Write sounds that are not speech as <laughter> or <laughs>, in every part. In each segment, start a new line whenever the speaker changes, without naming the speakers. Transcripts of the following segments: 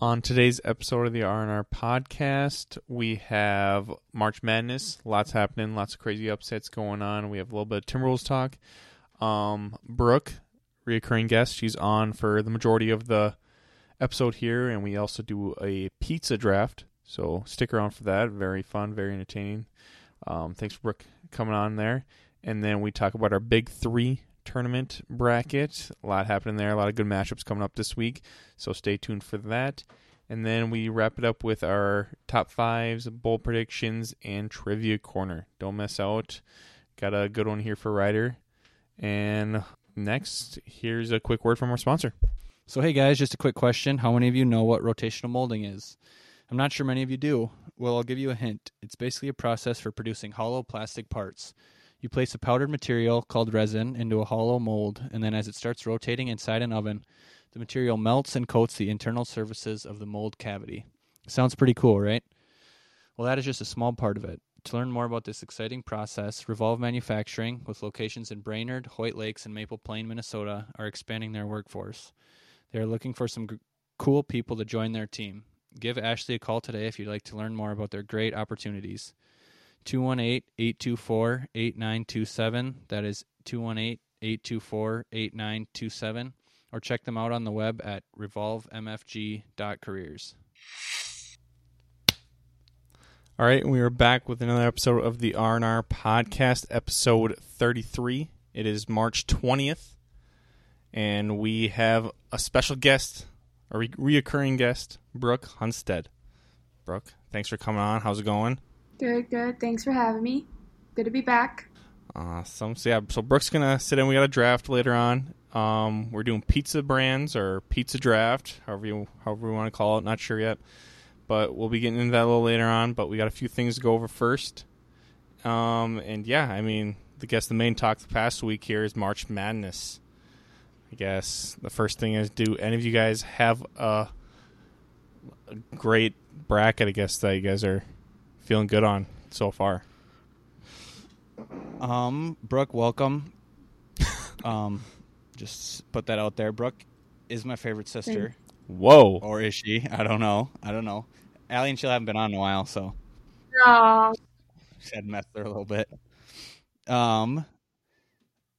On today's episode of the R&R podcast, we have March Madness. Lots happening, lots of crazy upsets going on. We have a little bit of Timberwolves talk. Um, Brooke, reoccurring guest, she's on for the majority of the episode here, and we also do a pizza draft. So stick around for that. Very fun, very entertaining. Um, thanks, Brooke, coming on there. And then we talk about our Big Three tournament bracket. A lot happening there. A lot of good matchups coming up this week. So stay tuned for that. And then we wrap it up with our top fives, bowl predictions, and trivia corner. Don't miss out. Got a good one here for Ryder. And next, here's a quick word from our sponsor.
So, hey guys, just a quick question. How many of you know what rotational molding is? I'm not sure many of you do. Well, I'll give you a hint. It's basically a process for producing hollow plastic parts. You place a powdered material called resin into a hollow mold, and then as it starts rotating inside an oven, the material melts and coats the internal surfaces of the mold cavity. Sounds pretty cool, right? Well, that is just a small part of it. To learn more about this exciting process, Revolve Manufacturing, with locations in Brainerd, Hoyt Lakes, and Maple Plain, Minnesota, are expanding their workforce. They are looking for some g- cool people to join their team. Give Ashley a call today if you'd like to learn more about their great opportunities. 218 824 8927. That is 218 824 8927. Or check them out on the web at revolvemfg.careers.
All right, and we are back with another episode of the R and R podcast, episode thirty-three. It is March twentieth, and we have a special guest, a re- reoccurring guest, Brooke Hunstead. Brooke, thanks for coming on. How's it going?
Good, good. Thanks for having me. Good to be back.
Awesome. So yeah, so Brooke's gonna sit in. We got a draft later on. Um, we're doing pizza brands or pizza draft, however you however we want to call it. Not sure yet, but we'll be getting into that a little later on. But we got a few things to go over first. Um, and yeah, I mean, I guess the main talk the past week here is March Madness. I guess the first thing is, do any of you guys have a, a great bracket? I guess that you guys are feeling good on so far.
Um, Brooke, welcome. um, just put that out there. Brooke is my favorite sister,
Whoa.
or is she? I don't know. I don't know. Allie and she haven't been on in a while, so
Aw,
just had messed there a little bit. Um,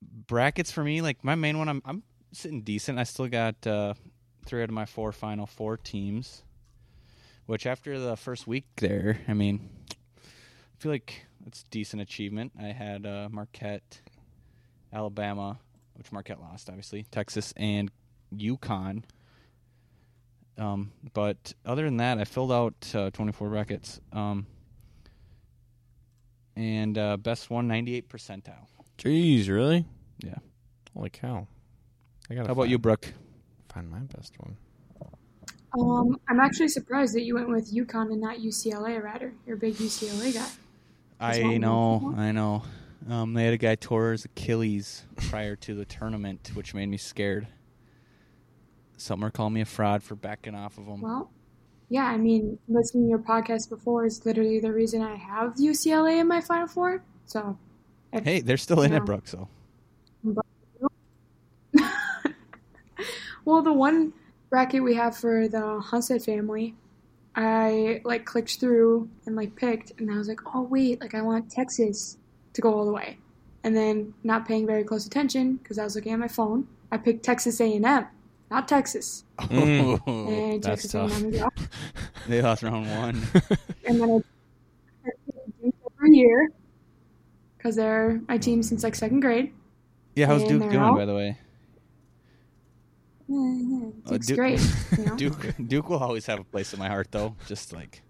brackets for me, like my main one, I'm I'm sitting decent. I still got uh, three out of my four final four teams, which after the first week there, I mean, I feel like it's decent achievement. I had uh, Marquette, Alabama, which Marquette lost, obviously, Texas and UConn. Um, but other than that, I filled out uh, 24 brackets. Um, and uh, best one 98 percentile.
Jeez, really?
Yeah.
Holy cow! I gotta
How about you, Brooke?
Find my best one.
Um, I'm actually surprised that you went with UConn and not UCLA, Ryder. You're a big UCLA guy.
I
one
know,
more.
I know. Um, they had a guy tore his Achilles prior to the tournament, which made me scared. Some are calling me a fraud for backing off of him.
Well, yeah, I mean, listening to your podcast before is literally the reason I have UCLA in my Final Four. So,
hey, they're still in
Yeah.
it, Brooke. So
well, the one bracket we have for the Hunstead family, I like clicked through and like picked, and I was like, oh wait, like I want Texas to go all the way. And then not paying very close attention because I was looking at my phone, I picked Texas A&M, not Texas. and
Oh, that's
Texas
tough.
A&M is up.
<laughs> They lost round one.
and then I Duke every year because they're my team since like second grade.
<laughs> Yeah, how's
And
Duke
they're
doing,
out.
by the way?
Duke's
Uh, Duke-
great.
<laughs>
You know?
Duke, Duke will always have a place in my heart, though. Just like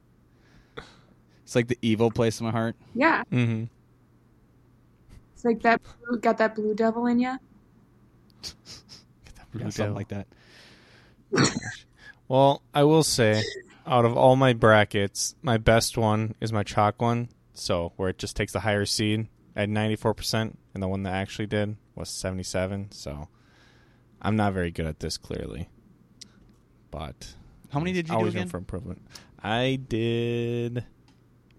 it's like the evil place in my heart.
Yeah,
Mm-hmm.
it's like that blue, got that blue devil in you.
Yeah, something like that.
Well, I will say, out of all my brackets, my best one is my chalk one. So where it just takes the higher seed at ninety four percent, and the one that actually did was seventy seven. So I'm not very good at this, clearly. But
How many did you do
always
again?
room for improvement. I did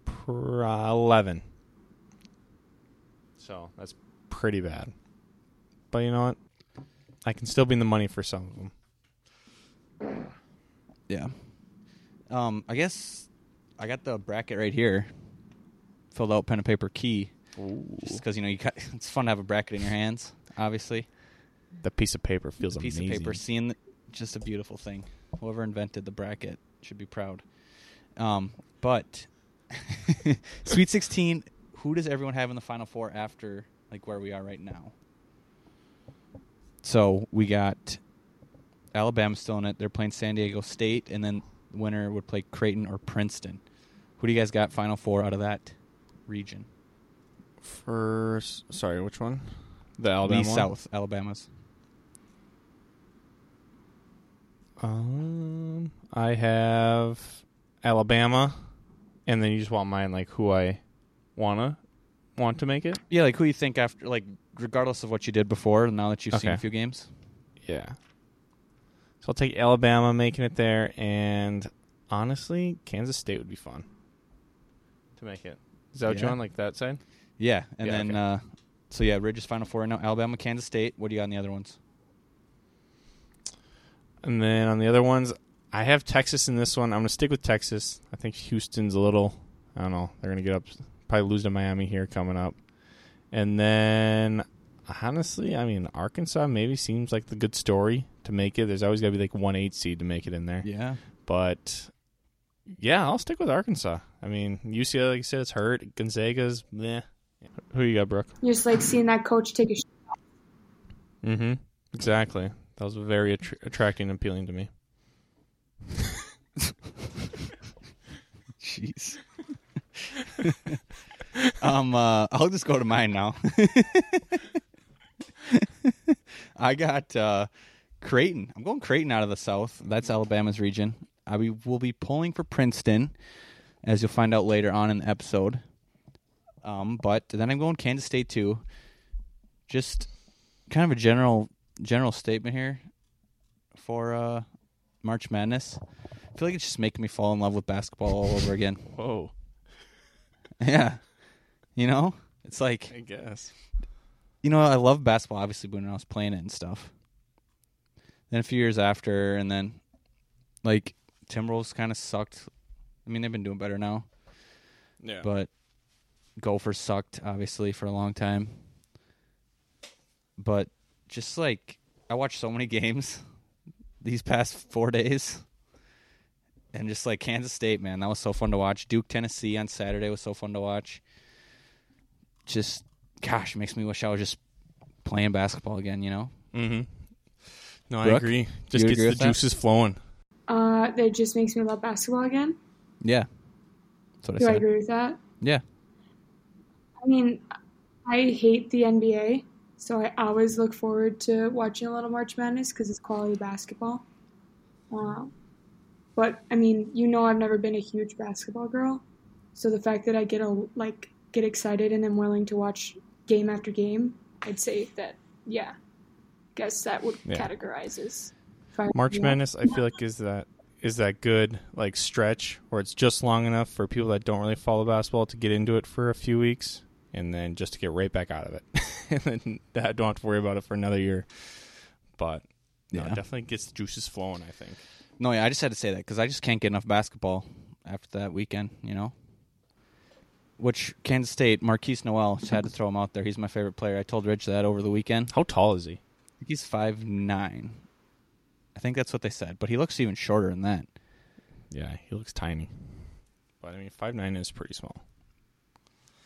pr- eleven. So that's pretty bad. But you know what? I can still be in the money for some of them.
Yeah. Um, I guess I got the bracket right here. Filled out pen and paper key, just because you know you got, <laughs> it's fun to have a bracket in your hands. Obviously,
The piece of paper feels
piece
amazing.
of paper, seeing the, just a beautiful thing. Whoever invented the bracket should be proud. Um, but <laughs> Sweet Sixteen, who does everyone have in the Final Four after like where we are right now? So we got Alabama still in it. They're playing San Diego State, and then the winner would play Creighton or Princeton. Who do you guys got Final Four out of that region?
First, sorry, which one? The Alabama
the
one?
South, Alabama's.
Um, I have Alabama, and then you just want mine like who I wanna want to make it.
Yeah, like who you think after, like regardless of what you did before, now that you've seen a
Okay.
few games.
Yeah. So I'll take Alabama making it there, and honestly, Kansas State would be fun to make it. Is that what you
Yeah.
want, like that side?
Yeah, and
Yeah,
then
okay.
uh, so yeah, Ridge is Final Four right now. Alabama, Kansas State. What do you got on the other ones?
And then on the other ones, I have Texas in this one. I'm gonna stick with Texas. I think Houston's a little. I don't know. They're gonna get up. Probably lose to Miami here coming up. And then, honestly, I mean, Arkansas maybe seems like the good story to make it. There's always gotta be like one eight seed to make it in there.
Yeah,
But yeah, I'll stick with Arkansas. I mean, UCLA, like you said, it's hurt. Gonzaga's meh. Who you got, Brooke?
You're just like seeing that coach take a sh-
Mm-hmm. Exactly. That was very attr attracting and appealing to me.
jeez. um, uh, I'll just go to mine now. I got uh, Creighton. I'm going Creighton out of the South. That's Alabama's region. I be- will be pulling for Princeton, as you'll find out later on in the episode. Um, but then I'm going Kansas State too. Just kind of a general general statement here for uh, March Madness. I feel like it's just making me fall in love with basketball all over again. <laughs>
Whoa.
Yeah, you know, it's like
I guess.
you know, I love basketball obviously when I was playing it and stuff. Then a few years after, and then like Timberwolves kind of sucked. I mean, they've been doing better now,
Yeah.
but Gophers sucked obviously for a long time. But just like I watched so many <laughs> games these past four days, and just like Kansas State, man, that was so fun to watch. Duke, Tennessee on Saturday was so fun to watch. Just, gosh, it makes me wish I was just playing basketball again. You know?
Mm-hmm. No, I
Brooke,
agree. Just gets
agree
the
with that?
juices flowing.
uh, that just makes me love basketball again.
Yeah. That's what
Do
I
I
said.
agree with that?
yeah.
I mean, I hate the NBA, so I always look forward to watching a little March Madness because it's quality basketball. Um, but I mean, you know, I've never been a huge basketball girl, so the fact that I get a like get excited and am willing to watch game after game, I'd say that yeah, guess that would
Yeah.
categorizes Friday
March
night.
Madness, I feel like is that is that good like stretch where it's just long enough for people that don't really follow basketball to get into it for a few weeks and then just to get right back out of it <laughs> and then that don't have to worry about it for another year. But no,
Yeah.
it definitely gets the juices flowing. I think.
No, yeah, I just had to say that because I just can't get enough basketball after that weekend, you know? Which Kansas State, Marquise Noel, just had to throw him out there. He's my favorite player. I told Rich that over the weekend.
How tall is he?
I think he's five nine. I think that's what they said, but he looks even shorter than that.
Yeah, he looks tiny. But I mean, five nine is pretty small.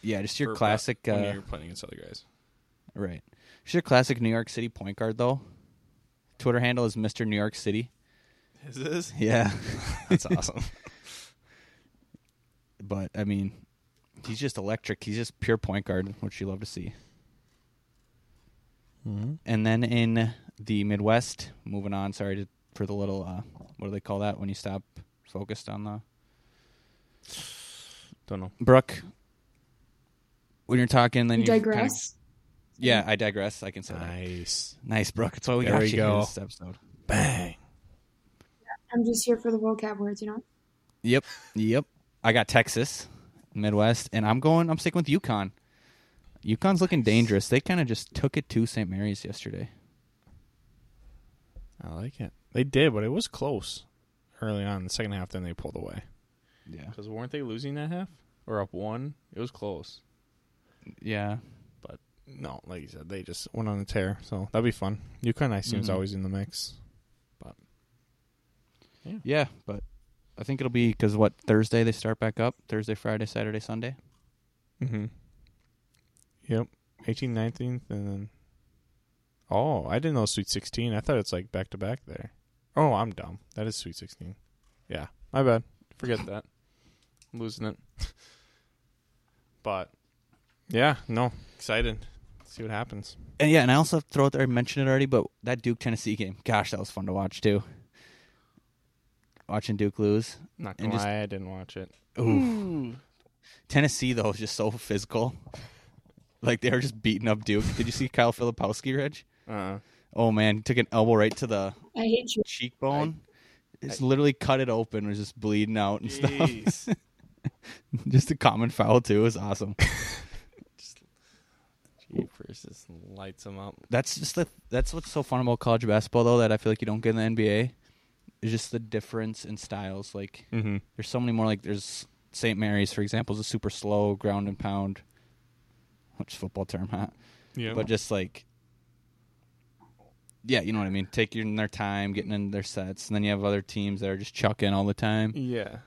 Yeah, just your
For
classic.
when
Uh,
you're playing against other guys.
right. Just your classic New York City point guard, though. Twitter handle is Mr. New York City.
Is this?
<laughs> Yeah.
That's awesome.
but, I mean, he's just electric. He's just pure point guard, which you love to see.
mm-hmm.
And then in the Midwest, moving on, sorry to, for the little, uh, what do they call that when you stop focused on the.
Don't know.
Brooke, when you're talking, then
You
you kinda-
digress.
yeah, I digress. I can say that.
Nice.
Nice, Brooke. That's why we
There
got
we
you
go.
here this episode.
Bang.
I'm just here for the vocab words, you know.
Yep. Yep. I got Texas, Midwest, and I'm going, I'm sticking with UConn. UConn's looking dangerous. They kind of just took it to St. Mary's yesterday.
I like it. They did, but it was close. early on in the second half. Then they pulled away
Yeah.
because weren't they losing that half or up one? It was close.
Yeah.
No, like you said, they just went on a tear. So that'd be fun. UConn, I seems
Mhm.
always in the mix.
Yeah, but I think it'll be because what Thursday they start back up Thursday, Friday, Saturday, Sunday.
Mm-hmm. Yep, 18th, 19th, and then. Oh, I didn't know Sweet 16. I thought it's like back to back there. Oh, I'm dumb. That is Sweet 16. Yeah, my bad. <laughs> Forget that. I'm losing it. but yeah, no, excited. See what happens.
And yeah, and I also have to throw out there. I mentioned it already, but that Duke Tennessee game. Gosh, that was fun to watch too. Watching Duke lose.
Not gonna
And just-
lie, I didn't watch it.
Ooh. Tennessee though is just so physical. Like they were just beating up Duke. Did you see Kyle Filipowski, Reg?
Uh-uh. <laughs>
Oh man, he took an elbow right to the
I hate you.
cheekbone. Just literally cut it open, was just bleeding out and
<laughs>
stuff.
Jeez.
<laughs> just a common foul too. It was awesome.
Jeepers, just lights them up.
that's just the that's what's so fun about college basketball though that I feel like you don't get in the NBA. Is just the difference in styles. Like
Mm-hmm.
there's so many more. Like there's St. Mary's, for example, is a super slow ground and pound, which is a football term, huh?
Yeah.
But just like, yeah, you know what I mean. Taking their time, getting in their sets, and then you have other teams that are just chucking all the time.
Yeah.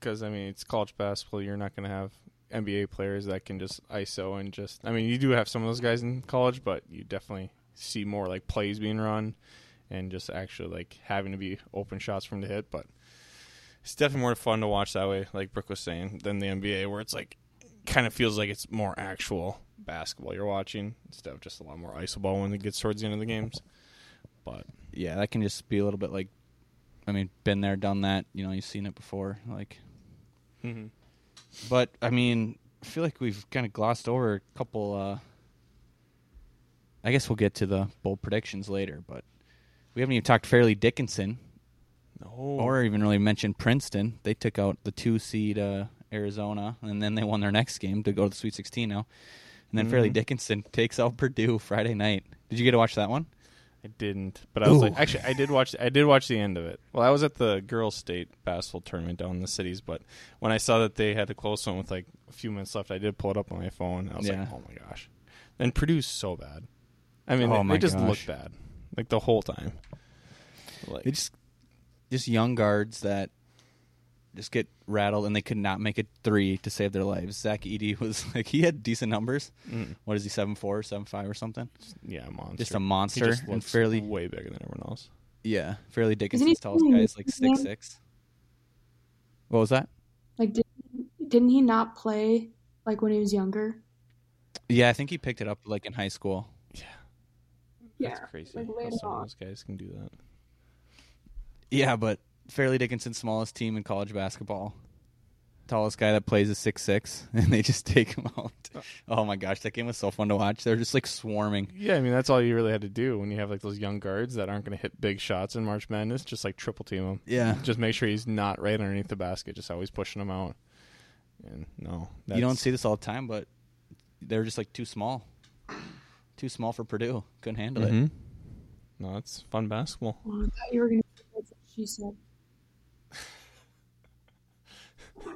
Because, I mean, it's college basketball. You're not going to have NBA players that can just ISO and just. I mean, you do have some of those guys in college, but you definitely see more like plays being run and just actually like having to be open shots from the hit. But it's definitely more fun to watch that way, like Brooke was saying, than the NBA, where it's like kind of feels like it's more actual basketball you're watching instead of just a lot more ISO ball when it gets towards the end of the games. But
Yeah, that can just be a little bit like, I mean, been there, done that. You know, you've seen it before. Like, But I mean, I feel like we've kind of glossed over a couple. Uh, I guess we'll get to the bold predictions later, but we haven't even talked Fairleigh Dickinson
no,
or even really mentioned Princeton. They took out the two seed uh, Arizona, and then they won their next game to go to the Sweet 16 now. And then Fairleigh
Mhm.
Dickinson takes out Purdue Friday night. Did you get to watch that one?
I didn't, but I was
Ooh.
like, actually, I did watch. I did watch the end of it. Well, I was at the girls' state basketball tournament down in the cities, but when I saw that they had a close one with like a few minutes left, I did pull it up on my phone. And I was
Yeah.
like, oh my gosh! And Purdue's so bad. I mean,
Oh
they,
my
they just
gosh.
looked bad, like the whole time. Like,
They just just young guards that just get rattled, and they could not make a three to save their lives. Zach Eady <laughs> was like he had decent numbers.
mm,
What is he seven four or seven five or something?
yeah, a monster.
Just a
He
monster
just
and
looks
fairly
way bigger than everyone else.
yeah fairly
he
Dickinson's tallest guy
playing
is like
this year?
six six. What was that?
Like, didn't, didn't he not play like when he was younger?
Yeah, I think he picked it up like in high school.
Yeah.
That's crazy.
like,
how
later
some of
on.
those guys can do that.
Yeah, but Fairleigh Dickinson's smallest team in college basketball. Tallest guy that plays is six six, <laughs> and they just take him out. Oh my gosh, that game was so fun to watch. They're just like swarming.
Yeah, I mean that's all you really had to do when you have like those young guards that aren't going to hit big shots in March Madness. Just like triple team them.
Yeah,
just make sure he's not right underneath the basket, just always pushing him out. And no,
you don't see this all the time, but they're just like too small, too small for Purdue. Couldn't handle
Mm-hmm.
it.
No, it's fun basketball.
Oh, I thought you were gonna. say That's what she said.
<laughs>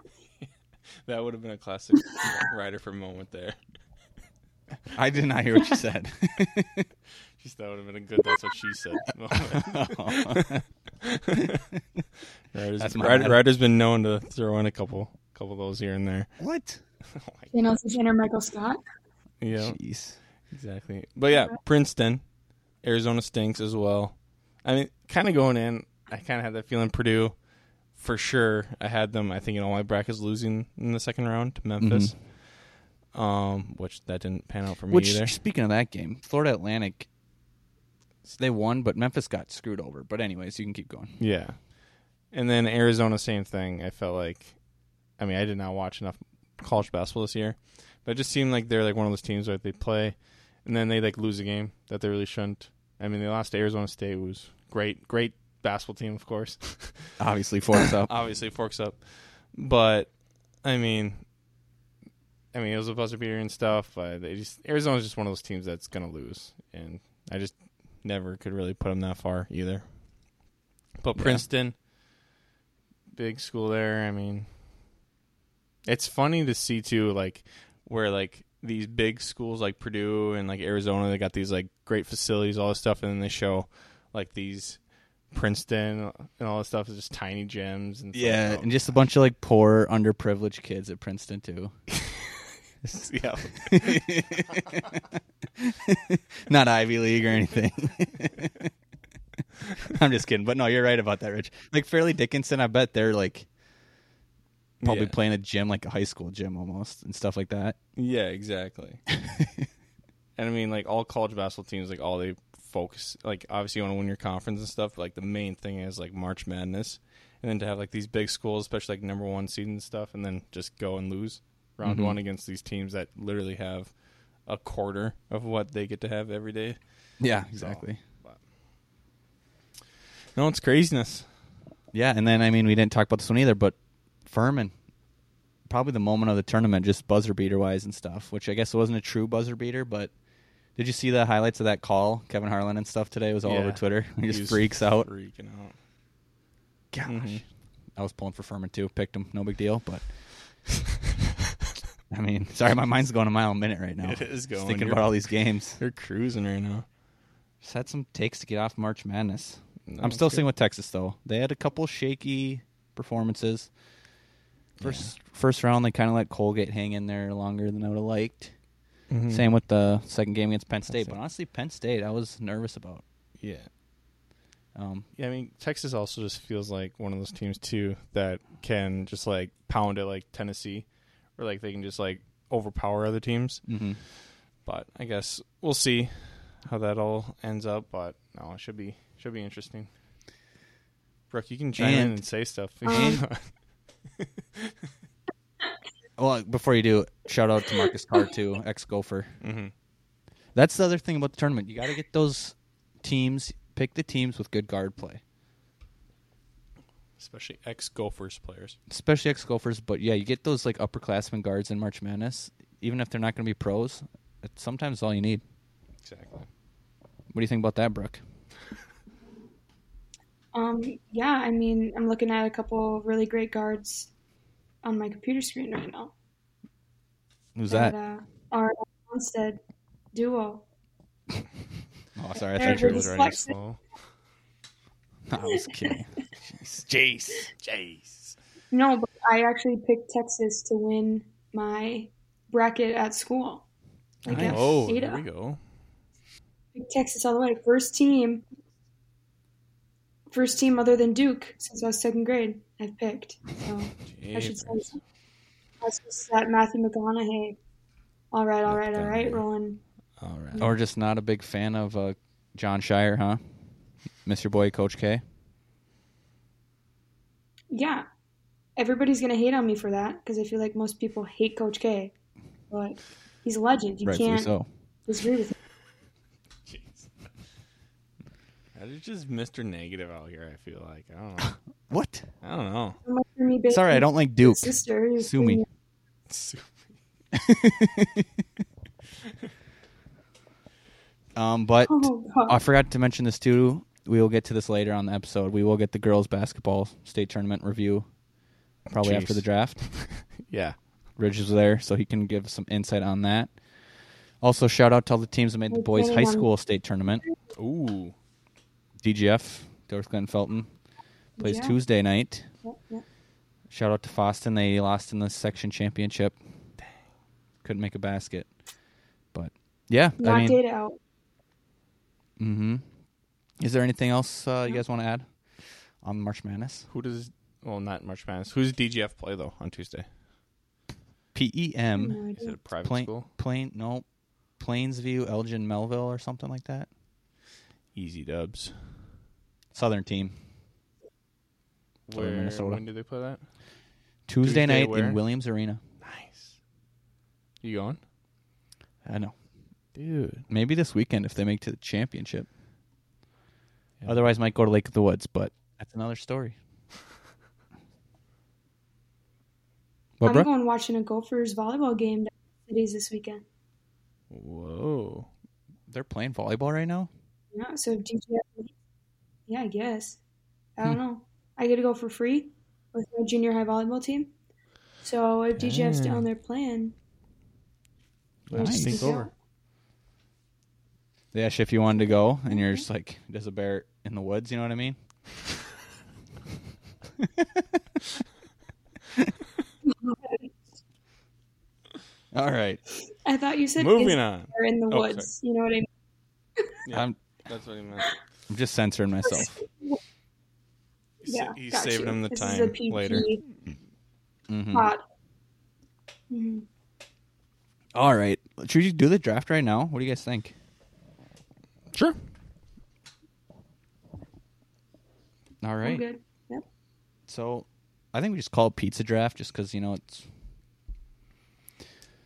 That would have been a classic <laughs> rider for moment there. Mm-hmm.
I did not hear what you said. <laughs>
Just that would have been a good. That's what she said. <laughs> Ryder's,
That's my
Ryder,
bad.
Ryder's been known to throw in a couple, couple of those here and there. <laughs> Oh
what?
And also Tanner Michael Scott.
Yeah,
Jeez.
Exactly. But yeah, Princeton, Arizona stinks as well. I mean, kind of going in, I kind of had that feeling Purdue for sure. I had them, I think, in all my brackets losing in the second round to Memphis, um, which that didn't pan out for me
Which,
either.
speaking of that game, Florida Atlantic, they won, but Memphis got screwed over. But anyways, you can keep going.
Yeah. And then Arizona, same thing. I felt like, I mean, I did not watch enough college basketball this year, but it just seemed like they're like one of those teams where they play and then they like lose a game that they really shouldn't. I mean, they lost to Arizona State, who was great, great basketball team, of course. <laughs>
Obviously, Florida's up.
Obviously, forks up. But, I mean, I mean, it was a buzzer beater and stuff, but they just Arizona's just one of those teams that's gonna lose, and I just never could really put them that far either. But
Yeah.
Princeton, big school there. I mean, it's funny to see too, like where like these big schools like Purdue and like Arizona, they got these like great facilities, all this stuff, and then they show like these Princeton and all this stuff is just tiny gyms. And it's like,
Yeah,
oh, <laughs>
and just a bunch of like poor, underprivileged kids at Princeton too.
yeah,
Not Ivy League or anything. <laughs> I'm just kidding, but no, you're right about that, Rich. Like Fairleigh Dickinson, I bet they're like probably
Yeah.
playing a gym, like a high school gym almost, and stuff like that.
yeah, exactly. <laughs> and I mean, like all college basketball teams, like all they focus, like obviously you want to win your conference and stuff. But, like the main thing is like March Madness, and then to have like these big schools, especially like number one seed and stuff, and then just go and lose round
Mhm.
one against these teams that literally have a quarter of what they get to have every day.
Yeah,
exactly. No, it's craziness.
Yeah, and then I mean we didn't talk about this one either, but Furman, probably the moment of the tournament, just buzzer beater wise and stuff. Which I guess wasn't a true buzzer beater, but did you see the highlights of that call, Kevin Harlan and stuff today? It was all over
Yeah.
Twitter. <laughs> He just
He's
freaks out.
freaking out.
Gosh,
Mhm.
Mm-hmm. I was pulling for Furman too. Picked him, no big deal. But <laughs> I mean, sorry, my mind's going a mile a minute right now.
It is
Just
going.
thinking
You're-
about all these games.
They're cruising right now.
Just had some takes to get off March Madness.
No,
I'm still
it's
sitting
good.
with Texas though. They had a couple shaky performances. First first round, they kind of let Colgate hang in there longer than I would have liked.
Mhm.
Same with the second game against Penn State,
State.
but honestly, Penn State I was nervous about.
Yeah.
Um,
Yeah, I mean Texas also just feels like one of those teams too that can just like pound it like Tennessee, or like they can just like overpower other teams.
mhm.
But I guess we'll see how that all ends up. But no, it should be should be interesting. Brooke, you can chime in
And-
and say stuff.
Um,
Well, before you do, shout out to Marcus
<laughs>
Carr too, ex Gopher.
hmm
That's the other thing about the tournament. You got to get those teams, pick the teams with good guard play,
<laughs> Especially ex Gophers players.
especially ex Gophers. But yeah, you get those like upperclassmen guards in March Madness, even if they're not going to be pros. It's sometimes all you need.
Exactly.
What do you think about that, Brooke?
Um, yeah, I mean, I'm looking at a couple really great guards on my computer screen right now.
Who's
uh, are a Homestead duo.
Oh, sorry, I
they're
thought you were.
really
was already
dyslexic.
slow.
<laughs> I was
<laughs>
kidding.
Jace, Jace.
No, but I actually picked Texas to win my bracket at school. I guess.
Oh, there
Ada.
we go.
Picked Texas all the way. First team. First team other than Duke since I was second grade. I've picked. So I should
Jeepers.
say something. That's just that Matthew McConaughey. All right, all right, all right,
McConaughey.
Roland.
All right.
or just not a big fan of uh, John Shire, huh? Miss your boy, Coach K.
Yeah. Everybody's going to hate on me for that because I feel like most people hate Coach K. But he's a legend. You
Rightfully
can't
so.
disagree with him.
<laughs> Jeez. That is just Mr. Negative out here, I feel like. I don't know.
What?
I don't <laughs> know.
So much for me being
Sorry, I don't like Duke.
his Sister, who's
Sue me.
being-
<laughs> um, but
<laughs> Oh, God.
I forgot to mention this too. We will get to this later on the episode. We will get the girls' basketball state tournament review probably after
Jeez.
the draft.
Yeah.
Ridge is there, so he can give some insight on that. Also, shout out to all the teams that made the
We're
boys' high
planning on-
school state tournament.
Ooh.
DGF, North Glen Felton, plays
Yeah.
Tuesday night.
Yeah, yeah.
Shout out to Foston. They lost in the section championship. Couldn't make a basket. But yeah,
Knocked
I mean,
it out.
hmm is there anything else uh, you
No.
guys want to add on March Madness?
Who does well not March Madness. Who does DGF play though on Tuesday?
PEM,
No
Is it
idea.
a private
Plain-
school?
Plain, no, Plainsview, Elgin, Melville, or something like that.
Easy dubs.
Southern team.
Where
Minnesota.
when do they play that? Tuesday
Tuesday, night
where?
in Williams Arena.
Nice. You going?
I know.
Dude.
Maybe this weekend if they make to the championship.
Yeah.
Otherwise, might go to Lake of the Woods, but that's another story. what,
I'm
bro?
going watching a Gophers volleyball game down in the cities this weekend.
Whoa.
They're playing volleyball right now.
Yeah,
Hmm.
so if DGF, yeah, I guess. I don't know. I get to go for free. with my junior high volleyball team. So if DGF's down there playing, we'll
Nice.
just
Think
go.
over.
Yeah, if you wanted to go and you're just like, does a bear in the woods? You know what I mean? <laughs> All right.
I thought you said
Moving on.
or in the
Oh,
woods. You know what I mean?
Yeah.
I'm,
That's what he meant.
I'm just censoring
<laughs>
myself.
He's,
Yeah,
he's
got
saving
you.
him the
This is a
time
PG
later. Hmm.
Mhm.
pod. Mhm.
All right. Should we do the draft right now? What do you guys think?
Sure.
All
I'm
right.
good. Yep.
So I think we just call it pizza draft just because, you know, it's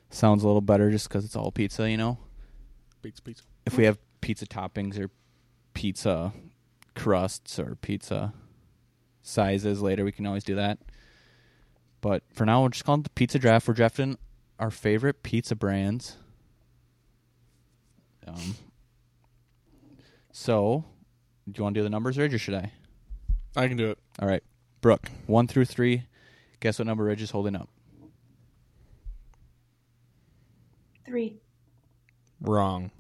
sounds a little better just because it's all pizza, you know?
Pizza, pizza.
If we have pizza toppings or pizza crusts or pizza sizes later, we can always do that. But for now, we're just calling it the pizza draft. We're drafting our favorite pizza brands. Um, so, do you want to do the numbers, Ridge, or should I?
I can do it.
All right, Brooke, one through three. Guess what number Ridge is holding up?
Three.
Wrong.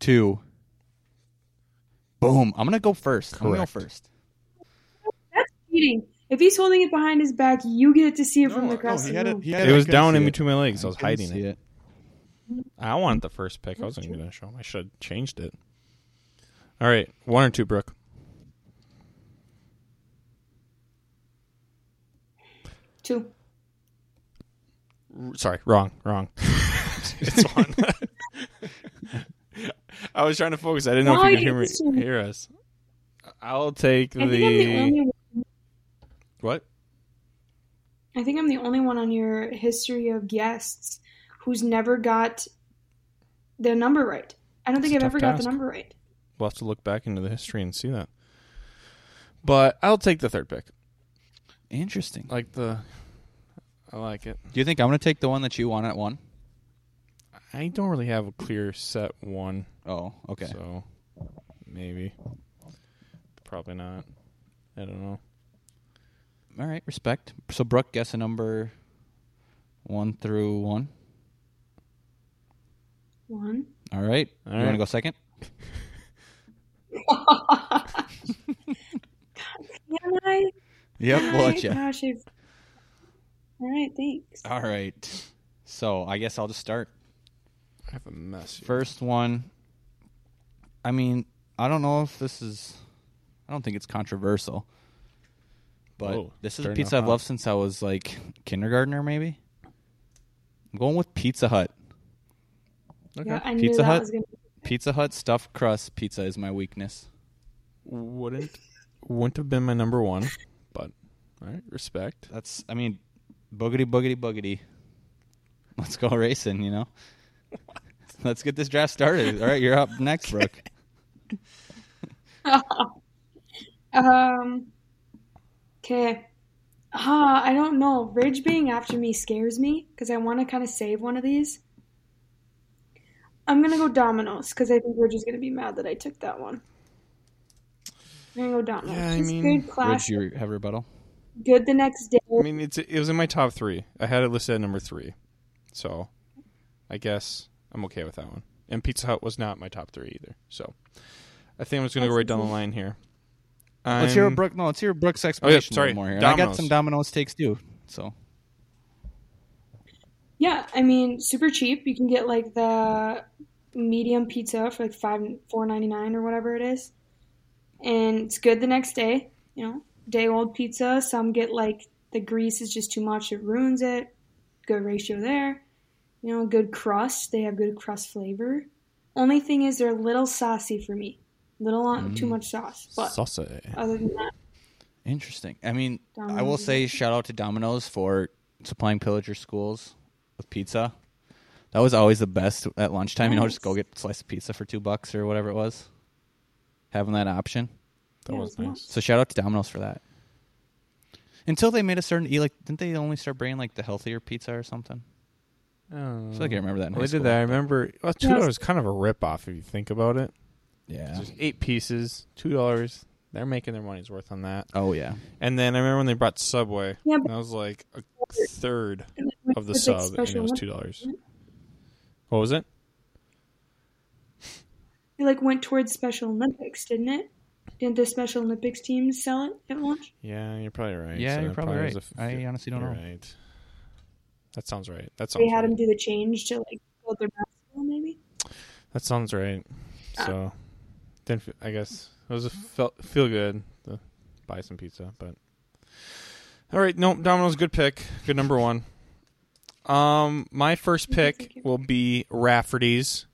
Two. Boom. I'm gonna go 1st I'm gonna go
Correct.
first.
That's cheating. If he's holding it behind his back, you get to see it from
No,
across
no,
the
Oh, he
room.
It was down in between my legs. I was hiding it.
it.
I wanted the first pick. I wasn't going to show him. I should have changed it. All right. One or two, Brooke.
Two.
R- Sorry. Wrong. Wrong. <laughs> it's one. I was trying to focus. I didn't know
Why
if you could
did
hear,
you-
me, hear us. I'll take
I think I'm the
the.
only.
What?
I think I'm the only one on your history of guests who's never got the number right. I don't think
It's a
I've
tough
ever got
task.
the number right.
We'll have to look back into the history and see that. But I'll take the third pick.
Interesting.
Like the. I like it.
Do you think I'm gonna take the one that you want at one?
I don't really have a clear set one.
Oh, okay.
So maybe. Probably not. I don't know.
All right, respect. So Brooke, guess a number one through one.
One.
All right.
All
you wanna
right.
go second?
Can I?
Yep,
Can I? Gosh, I've- All right, thanks.
<laughs> All right. So I guess I'll just start.
I have a mess. here.
First one. I mean, I don't know if this is. I don't think it's controversial. But
Whoa,
this is a
starting
pizza
off
I've
hot.
loved since I was like kindergartner, maybe. I'm going with Pizza Hut.
Okay.
Yeah, I knew
Pizza
that
Hut?
was gonna. Be...
Pizza Hut stuffed crust pizza is my weakness.
Wouldn't wouldn't have been my number one, but all right, respect.
That's, I mean, boogity, boogity, boogity. Let's go racing,
<laughs>
you know? Let's get this draft started. All right, you're
<laughs>
up next, Brooke.
<laughs> Um. Okay. Ah, I don't know. Ridge being after me scares me because I want to kind of save one of these. I'm gonna go Domino's because I think Ridge is gonna be mad that I took that one. I'm gonna go Domino's.
Yeah, I
It's
mean,
good
Ridge,
class,
you have a rebuttal?
good the next day.
I mean, it's it was in my top three. I had it listed at number three, so I guess I'm okay with that one. And Pizza Hut was not my top three either, so I think I'm just gonna go right down the line here.
Let's hear
I'm- Oh,
what Brooke. No, let's hear Brooke's explanation a
sorry.
little more here. And I got
Domino's.
some Domino's takes too. So
Yeah, I mean, super cheap. You can get like the medium pizza for like five four ninety nine or whatever it is, and it's good the next day. You know, day old pizza. Some get like the grease is just too much; it ruins it. Good ratio there. You know, good crust. They have good crust flavor. Only thing is, they're a little saucy for me. Little on
Mm.
too much sauce, but
Saucy.
other than that,
interesting. I mean, I will say shout out to Domino's for supplying pillager schools with pizza. That was always the best at lunchtime. You know, just go
Nice.
get a slice of pizza for two bucks or whatever it was. Having that option.
That
Yeah,
was
it's not-
nice.
So shout out to Domino's for that. Until they made a certain e like didn't they only start bringing like the healthier pizza or something? I feel like I remember that. In
Well,
high
Oh, they
school.
did that. I remember. Well, two
Yeah.
dollars kind of a rip off if you think about it.
Yeah.
It's just eight pieces, two dollars. They're making their money's worth on that.
Oh yeah.
And then I remember when they brought Subway.
Yeah, but-
that was like a third
And then when
of the
it's, like,
sub, and it
special
was
one-
two dollars. What was it?
It like went towards Special Olympics, didn't it? Didn't the Special Olympics team sell it at launch?
Yeah, you're probably right.
yeah,
So
you're
it
probably
was
right.
a f-
I honestly don't know.
you're Right. That sounds right. That sounds
They had
right.
them do the change to like build their basketball, maybe.
That sounds right.
Ah.
So, then f- I guess it was a feel, feel good to buy some pizza, but all right. No, Domino's good pick, good number one. Um, my first
Thank you,
pick
thank you.
will be Rafferty's.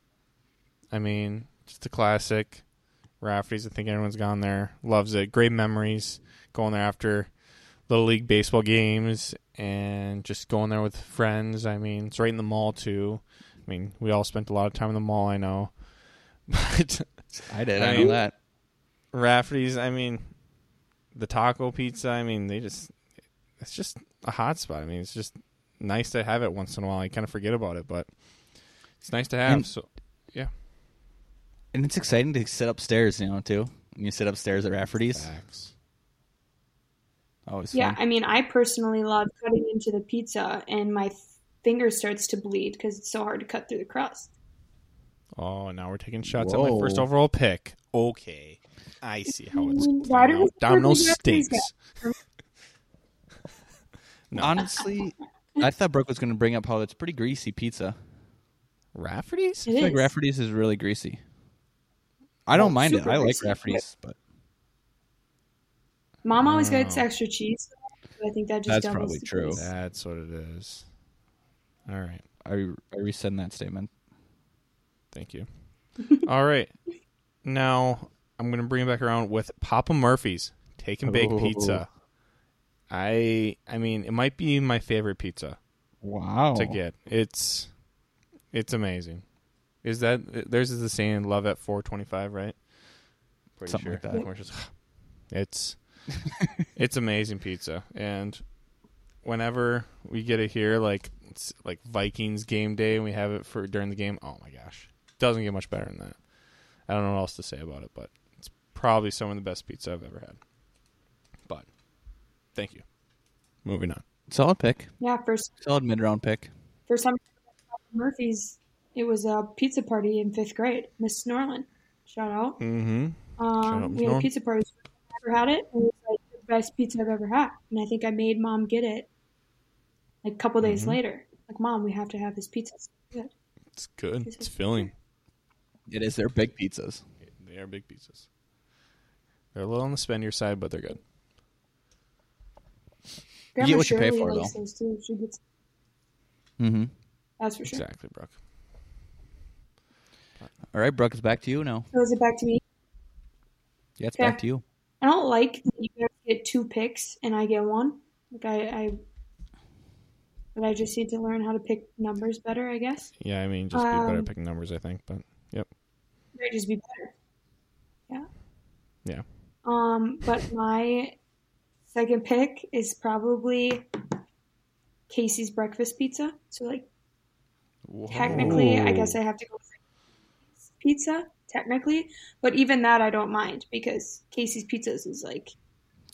I mean, just a classic. Rafferty's. I think everyone's gone there, loves it. Great memories going there after little league baseball games and just going there with friends. I mean, it's right in the mall too. I mean, we all spent a lot of time in the mall. I know, <laughs> but
I did.
I
I
mean-
know that.
Rafferty's. I mean, the taco pizza. I mean, they just it's just a hot spot. I mean, it's just nice to have it once in a while. I kind of forget about it, but it's nice to have.
And-
so
And it's exciting to sit upstairs, you know, too. When you sit upstairs at Rafferty's, Oh,
facts.
always
Yeah,
fun.
I mean, I personally love cutting into the pizza, and my finger starts to bleed because it's so hard to cut through the crust.
Oh, now we're taking shots at my
Whoa.
first overall pick. Okay, I see how it's
Why do
playing
we
out.
support
Domino's
these Rafferty's
stinks. No.
Honestly, I thought Brooke was going to bring up how it's pretty greasy pizza.
Rafferty's.
I
It
feel like
is.
Rafferty's is really greasy. I don't mind it.
super
I like
greasy.
Rafferty's, but
Mom always
Wow.
gets extra cheese. so I think that just
That's
doubles
probably
the
true.
price.
That's what it is. All right.
I I resend that statement.
Thank you. <laughs> All right. Now I'm going to bring it back around with Papa Murphy's take and bake
Ooh.
pizza. I I mean, it might be my favorite pizza
Wow.
to get. It's it's amazing. Is that theirs is the same love at 425, right? Pretty
Something like that.
Of course it's- <sighs> It's it's amazing pizza and whenever we get it here like it's like Vikings game day and we have it for during the game, oh my gosh. Doesn't get much better than that. I don't know what else to say about it, but it's probably some of the best pizza I've ever had. But thank you. Moving on.
Solid pick.
Yeah, first
Solid mid round pick.
for some Murphy's, it was a pizza party in fifth grade. Miss Norland, shout out.
Mm-hmm.
Um,
out, Miss
we had a
Norm.
pizza party. I ever had it. And it was like the best pizza I've ever had. And I think I made mom get it like a couple days
Mm-hmm.
later. Like, mom, we have to have this pizza. It's good.
It's good. It's filling.
It is their big pizzas.
They are big pizzas. They're a little on the spendier side, but they're good.
You get what you pay for,
likes those too. She gets,
Mm-hmm.
that's for sure.
Exactly, Brooke.
All right, Brooke, it's back to you now.
So is it back to me?
Yeah, it's
Yeah.
back to you.
I don't like that you guys get two picks and I get one. Like, I, I, but I just need to learn how to pick numbers better, I guess.
Yeah, I mean, just be better
Um,
at picking numbers, I think. But
Might just be better. Yeah.
Yeah.
Um, but my second pick is probably Casey's breakfast pizza. So like technically, I guess I have to go with pizza technically, but even that I don't mind because Casey's pizzas is like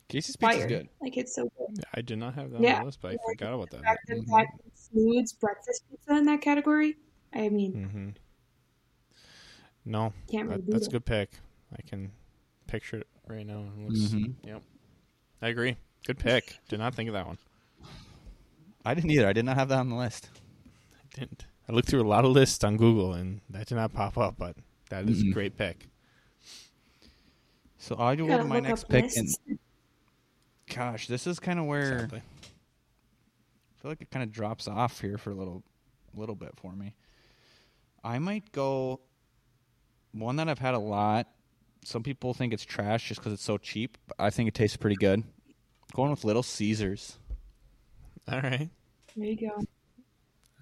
Casey's
fire.
pizza's good.
Like it's so good.
I did not have that on
Yeah.
the list, but I forgot about
The
that.
fact that that includes breakfast pizza in that category. I mean,
Mm-hmm. No,
can't really
that,
do
that's a
it.
good pick. I can picture it right now. and It looks,
Mhm.
Yep, I agree. Good pick. Did not think of that one.
I didn't either. I did not have that on the list.
<laughs> I didn't. I looked through a lot of lists on Google, and that did not pop up. But that is a
Mm-mm.
great pick.
So I do
Gotta
to my
look
next
up
pick. And
lists.
gosh, this is kind of where
Sadly.
I feel like it kind of drops off here for a little, little bit for me. I might go one that I've had a lot. Some people think it's trash just because it's so cheap. But I think it tastes pretty good. Going with Little Caesars.
All right,
There you go.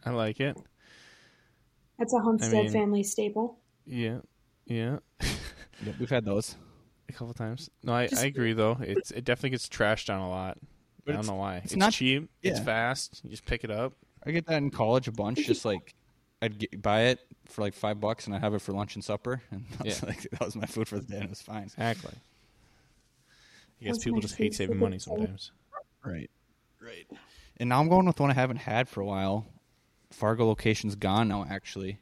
I like it.
That's a Homestead
mean-
family staple.
Yeah, yeah.
Yep, we've had those.
A couple times. No, I,
Just-
I agree though. It's it definitely gets trashed on a lot. I
But
don't
it's-
know why. It's,
not-
cheap. It's
yeah.
fast. You just pick it up.
I get that in college a bunch. Just like I'd get, buy it for like five bucks, and <laughs> I have it for lunch and supper, and that was,
Yeah.
like, that was my food for the day, and it was fine.
Exactly. I guess
What's
people
my
just hate
favorite
saving money
thing?
sometimes.
Right. Right. And now I'm going with one I haven't had for a while. Fargo location's gone now, actually.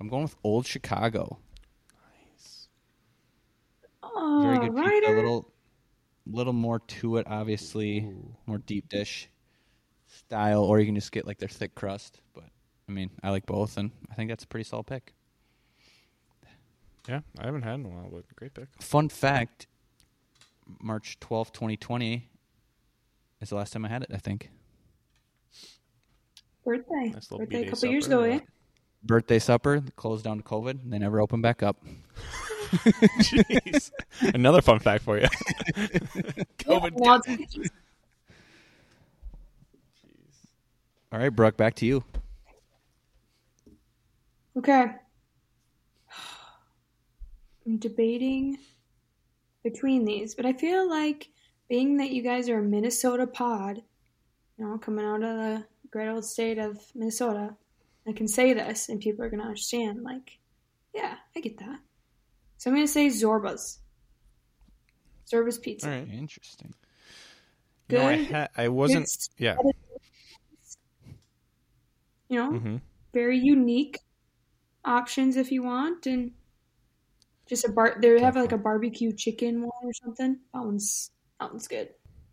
I'm going with Old Chicago.
Oh,
Very good pizza. A
Ryder.
little, little more to it, obviously. More deep dish style, or you can just get like their thick crust. But I mean, I like both, and I think that's a pretty solid pick.
Yeah, I haven't had in a while, but great pick.
Fun fact: March twelfth, 2020, is the last time I had it. I think
birthday.
Nice little
birthday a
B-day
couple years ago,
supper. uh, <laughs>
eh?
birthday supper closed down to COVID. And they never opened back up.
Jeez. Another fun fact for you. <laughs>
COVID. Yeah, <laughs> well, it's-
All right, Brooke, back to you.
okay. I'm debating between these, but I feel like being that you guys are a Minnesota pod, you know, coming out of the great old state of Minnesota, I can say this and people are going to understand. Like, yeah, I get that. So I'm going to say Zorba's. Zorba's Pizza.
All right.
Interesting.
No, I,
Good.
ha- I wasn't.
It's-
Yeah.
You know,
Mm-hmm.
very unique options if you want and just a bar they have like a barbecue chicken one or something that one's that one's good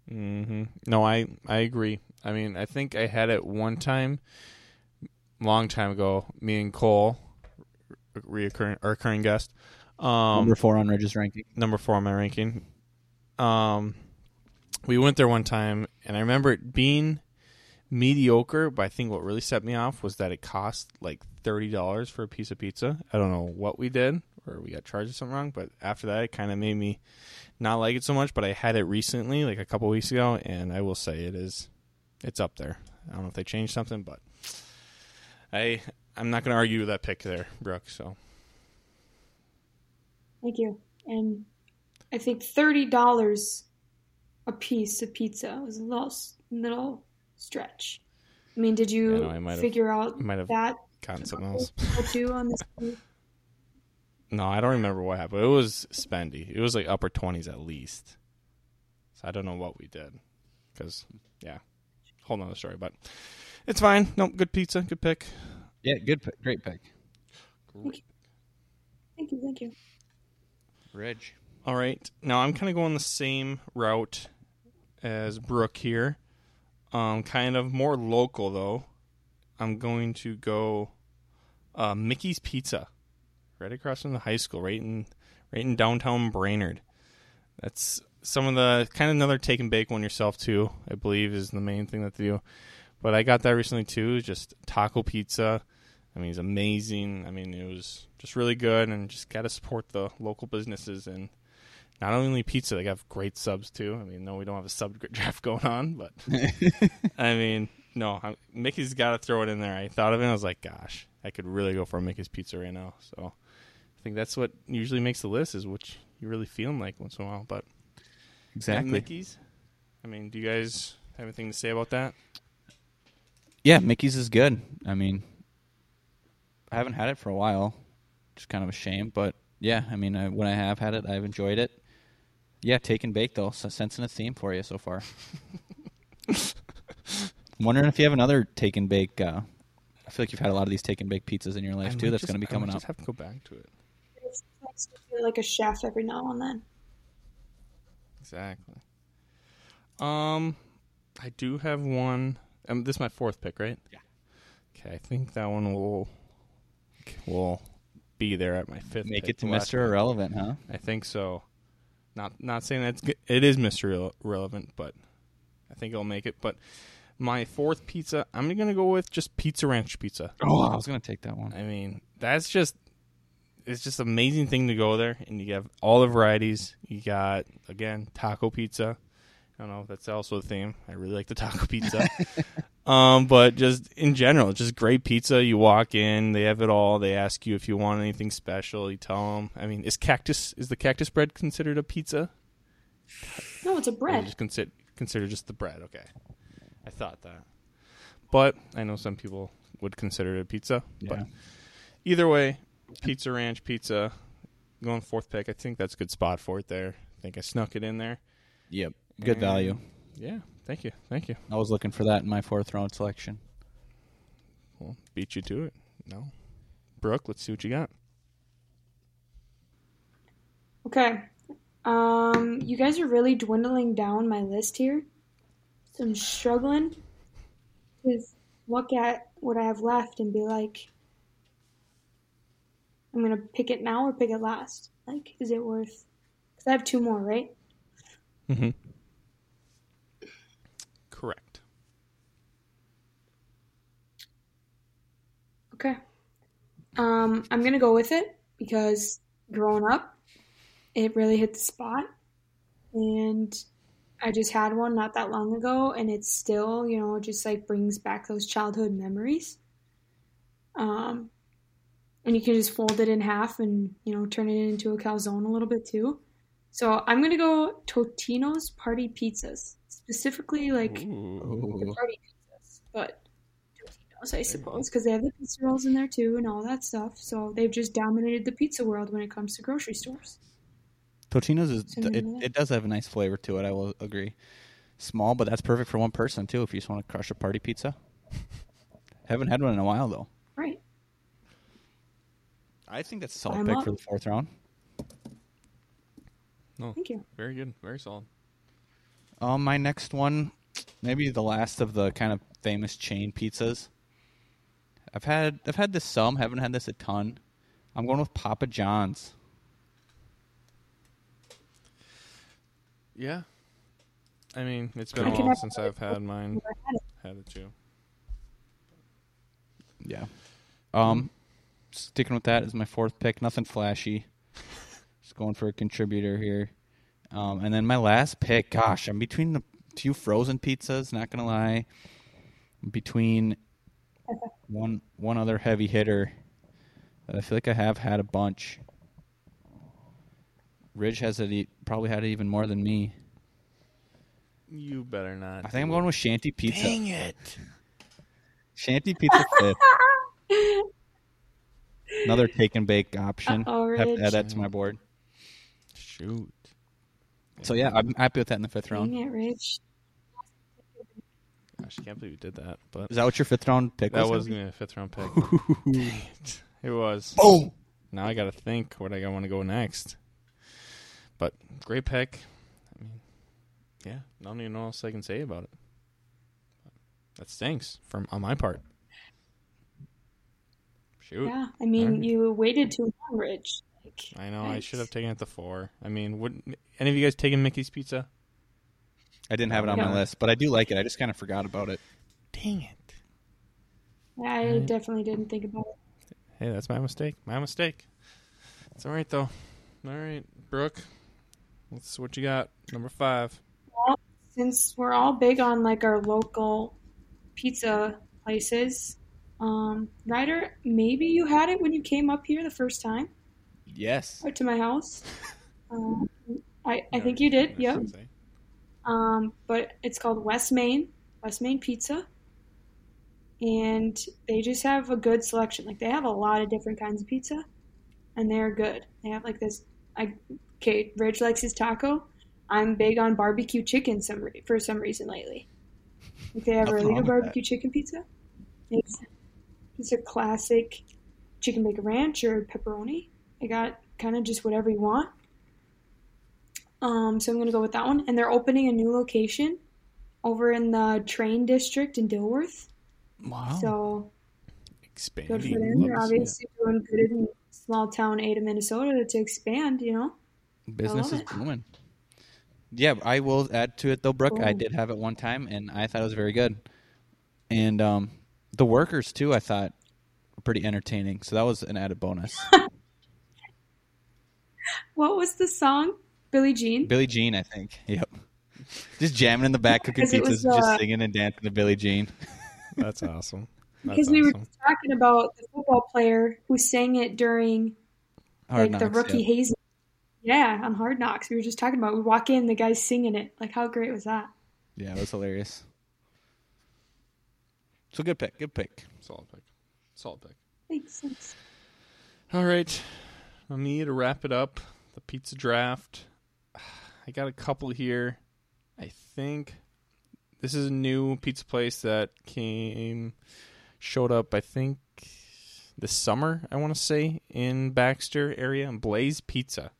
Mm-hmm. No, I I agree. I mean, I think I had it one time, long time ago. Me and Cole, reoccurring or recurring guest, um,
Number four on Reg's ranking.
number four on my ranking. Um, we went there one time, and I remember it being mediocre. But I think what really set me off was that it cost like thirty dollars for a piece of pizza. I don't know what we did or we got charged or something wrong, but after that, it kind of made me not like it so much. But I had it recently, like a couple weeks ago, and I will say it is, it's up there. I don't know if they changed something, but I I'm not going to argue with that pick there, Brooke. So
thank you and i think $30 a piece of pizza was a little little stretch i mean did you
Yeah, no, I might have-
figure out
might have
that
gotten something
<laughs>
else.
too on this
No, I don't remember what happened. It was spendy. It was like upper twenties at least. So I don't know what we did, because yeah, whole nother story. But it's fine. Nope, good pizza, good pick.
Yeah, good, pick. great pick.
thank you thank you
Reg.
All right, now I'm kind of going the same route as Brooke here. Um, kind of more local though. I'm going to go uh, Mickey's Pizza, right across from the high school, right in right in downtown Brainerd. That's some of the kind of another take and bake one yourself too. I believe is the main thing that they do. But I got that recently too. Just taco pizza. I mean, it's amazing. I mean, it was just really good, and just got to support the local businesses and not only pizza. They have great subs too. I mean, no, we don't have a sub <laughs> draft going on,
<laughs>
but I mean, no, i Mickey's got to throw it in there. I thought of it. and I was like, gosh, I could really go for a Mickey's pizza right now. So I think that's what usually makes the list is what you're really feeling like once in a while. But yeah,
Exactly.
Mickey's. I mean, do you guys have anything to say about that?
Yeah, Mickey's is good. I mean, I haven't had it for a while, which is kind of a shame. But yeah, I mean, I, when I have had it, I've enjoyed it. Yeah, take and bake though. So sensing a theme for you
<laughs>
so far. I'm wondering if you have another take and bake. Uh, I feel like you've had a lot of these take and bake pizzas in your life too. That's going to be coming
I might Just
up.
have to go back to it.
it's nice to feel like a chef every now and then
Exactly. Um, I do have one. Um, this is my fourth pick, right? Yeah. Okay, I think that one will will be there at my fifth.
Make
pick,
it to
the last
Mister Irrelevant, huh?
one. I think so. Not not saying that's good. it is Mister Rel- Relevant, but I think it'll make it. But my fourth pizza, I'm gonna go with just Pizza Ranch pizza.
Oh, I was going to take that one.
I mean, that's just it's just an amazing thing to go there and you have all the varieties. You got again taco pizza. I don't know, that's also a theme. I really like the taco <laughs> pizza. um, but just in general, just great pizza. You walk in, they have it all. They ask you if you want anything special. You tell them. I mean, is cactus is the cactus bread considered a pizza?
no it's a
Or you
bread
just consider consider just the bread. Okay, I thought that, but I know some people would consider it a pizza.
Yeah.
But either way, Pizza Ranch pizza, going fourth pick. I think that's a good spot for it there. I think I snuck it in there,
Yep. Good value.
Yeah. Thank you. Thank you.
I was looking for that in my fourth round selection.
Well, beat you to it. No. Brooke, let's see what you got.
Okay. Um, you guys are really dwindling down my list here. So I'm struggling with look at what I have left and be like, I'm gonna pick it now or pick it last. Like, is it worth? Because I have two more, right?
Mm-hmm.
Correct.
Okay. Um, I'm gonna go with it because growing up, it really hit the spot, and I just had one not that long ago, and it's still, you know, just like brings back those childhood memories. Um, and you can just fold it in half and you know turn it into a calzone a little bit too. So I'm gonna go Totino's Party Pizzas, specifically like the party pizzas, but Totino's, I suppose, because they have the pizza rolls in there too and all that stuff. So they've just dominated the pizza world when it comes to grocery stores.
Totino's is
Something
it,
like that.
it does have a nice flavor to it. I will agree. Small, but that's perfect for one person too. If you just want to crush a party pizza. <laughs> Haven't had one in a while though.
Right.
I think that's a solid
I'm
pick
up.
for the fourth round.
Oh,
Thank you.
Very good. Very solid.
Um, my next one, maybe the last of the kind of famous chain pizzas. I've had I've had this some, haven't had this a ton. I'm going with Papa John's.
Yeah. I mean, it's
I
been a
can
while
have-
since I've
<laughs>
had mine.
I had it.
Had it too.
Yeah. Um, sticking with that is my fourth pick. Nothing flashy. <laughs> Just going for a contributor here. Um, and then my last pick. Gosh, I'm between the two frozen pizzas. Not gonna lie. Between one one other heavy hitter that I feel like I have had a bunch. Ridge has it e- probably had it even more than me.
You better not.
I think I'm going with Shanty Pizza.
it.
Shanty Pizza fifth.
<laughs>
Another take and bake option.
Uh-oh,
Have to
Ridge.
add that to my board.
Shoot.
So yeah, I'm happy with that in the fifth
Dang
round.
it, Rich.
Gosh, I can't believe you did that. But
Is that what your fifth round pick
that was
was?
going to be a fifth round pick. Dang
<laughs>
it. It was.
Oh!
Boom.
Now I got to think what I want to go next. But great pick. I mean, yeah, I don't even know what else I can say about it. That stinks from on my part. Shoot.
Yeah, I mean,
Alright.
you waited too long, Rich. Like,
I know I should have
Yikes.
taken it to four. I mean, wouldn't any of you guys taken Mickey's pizza?
I didn't have it on
Yeah.
my list, but I do like it. I just kind of forgot about it.
Dang it!
I
Alright.
definitely didn't think about it.
Hey, that's my mistake. My mistake. It's all right though. All right, Brooke. Let's see what you got. Number five.
Since we're all big on like our local pizza places, um, Ryder, maybe you had it when you came up here the first time
Yes.
or to
<laughs>
my house. Um, I, I think you did. Yep. um, but it's called West Main, West Main Pizza. And they just have a good selection. Like they have a lot of different kinds of pizza, and they're good. They have like this. I, okay, Rich likes his taco. I'm big on barbecue chicken some re- for some reason lately. Like they have
Nothing
really
wrong
good
with that.
barbecue chicken pizza. It's it's a classic chicken bacon ranch or pepperoni. I got kind of just whatever you want. Um, so I'm gonna go with that one. And they're opening a new location over in the train district in Dilworth.
Wow.
So good for
Expanding.
them. They're
Love to see it.
obviously doing good in small town Ada, Minnesota to expand, you know?
Business is
love it.
booming. Yeah, I will add to it though, Brooke. I
Boom.
did have it one time, and I thought it was very good. And um, the workers too, I thought, were pretty entertaining. So that was an added bonus.
What was the song? Billie Jean?
Billie Jean, I think. Yep. Just jamming in the back,
<laughs>
cooking
Because it
pizzas,
was,
and
uh,
just singing and dancing to Billie Jean.
That's awesome.
<laughs>
That's
Because we were
awesome.
just talking about the football player who sang it during
Hard
like the
knocks,
rookie
yeah.
hazing. Yeah, on Hard Knocks. We were just talking about. We walk in, the guy's singing it. Like, how great was that?
Yeah, it was hilarious. So good pick, good pick.
Solid pick. Solid pick.
Thanks. thanks.
All right. I need to wrap it up. The pizza draft. I got a couple here.
I think this is a new pizza place that came showed up. I think this summer. I want to say in Baxter area and Blaze Pizza.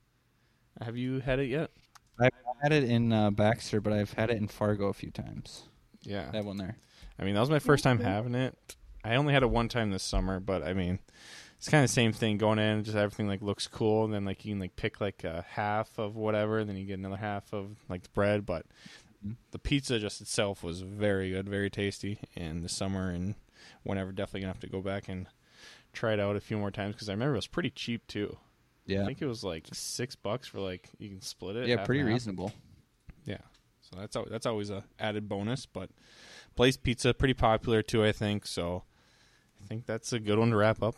Have you had it yet?
I had it in uh, Baxter, but I've had it in Fargo a few times.
Yeah.
That one there.
I mean, that was my first time having it. I only had it one time this summer, but I mean, it's kind of the same thing going in. Just everything like looks cool, and then like you can like pick like a half of whatever, and then you get another half of like the bread. But
Mm-hmm.
the pizza just itself was very good, very tasty. And this summer and whenever, definitely gonna have to go back and try it out a few more times because I remember it was pretty cheap too. I
Yeah.
think it was like six bucks for like you can split it.
Yeah,
half
pretty
and half.
reasonable.
Yeah. So that's al- that's always a added bonus, but Blaze Pizza pretty popular too, I think. So I think that's a good one to wrap up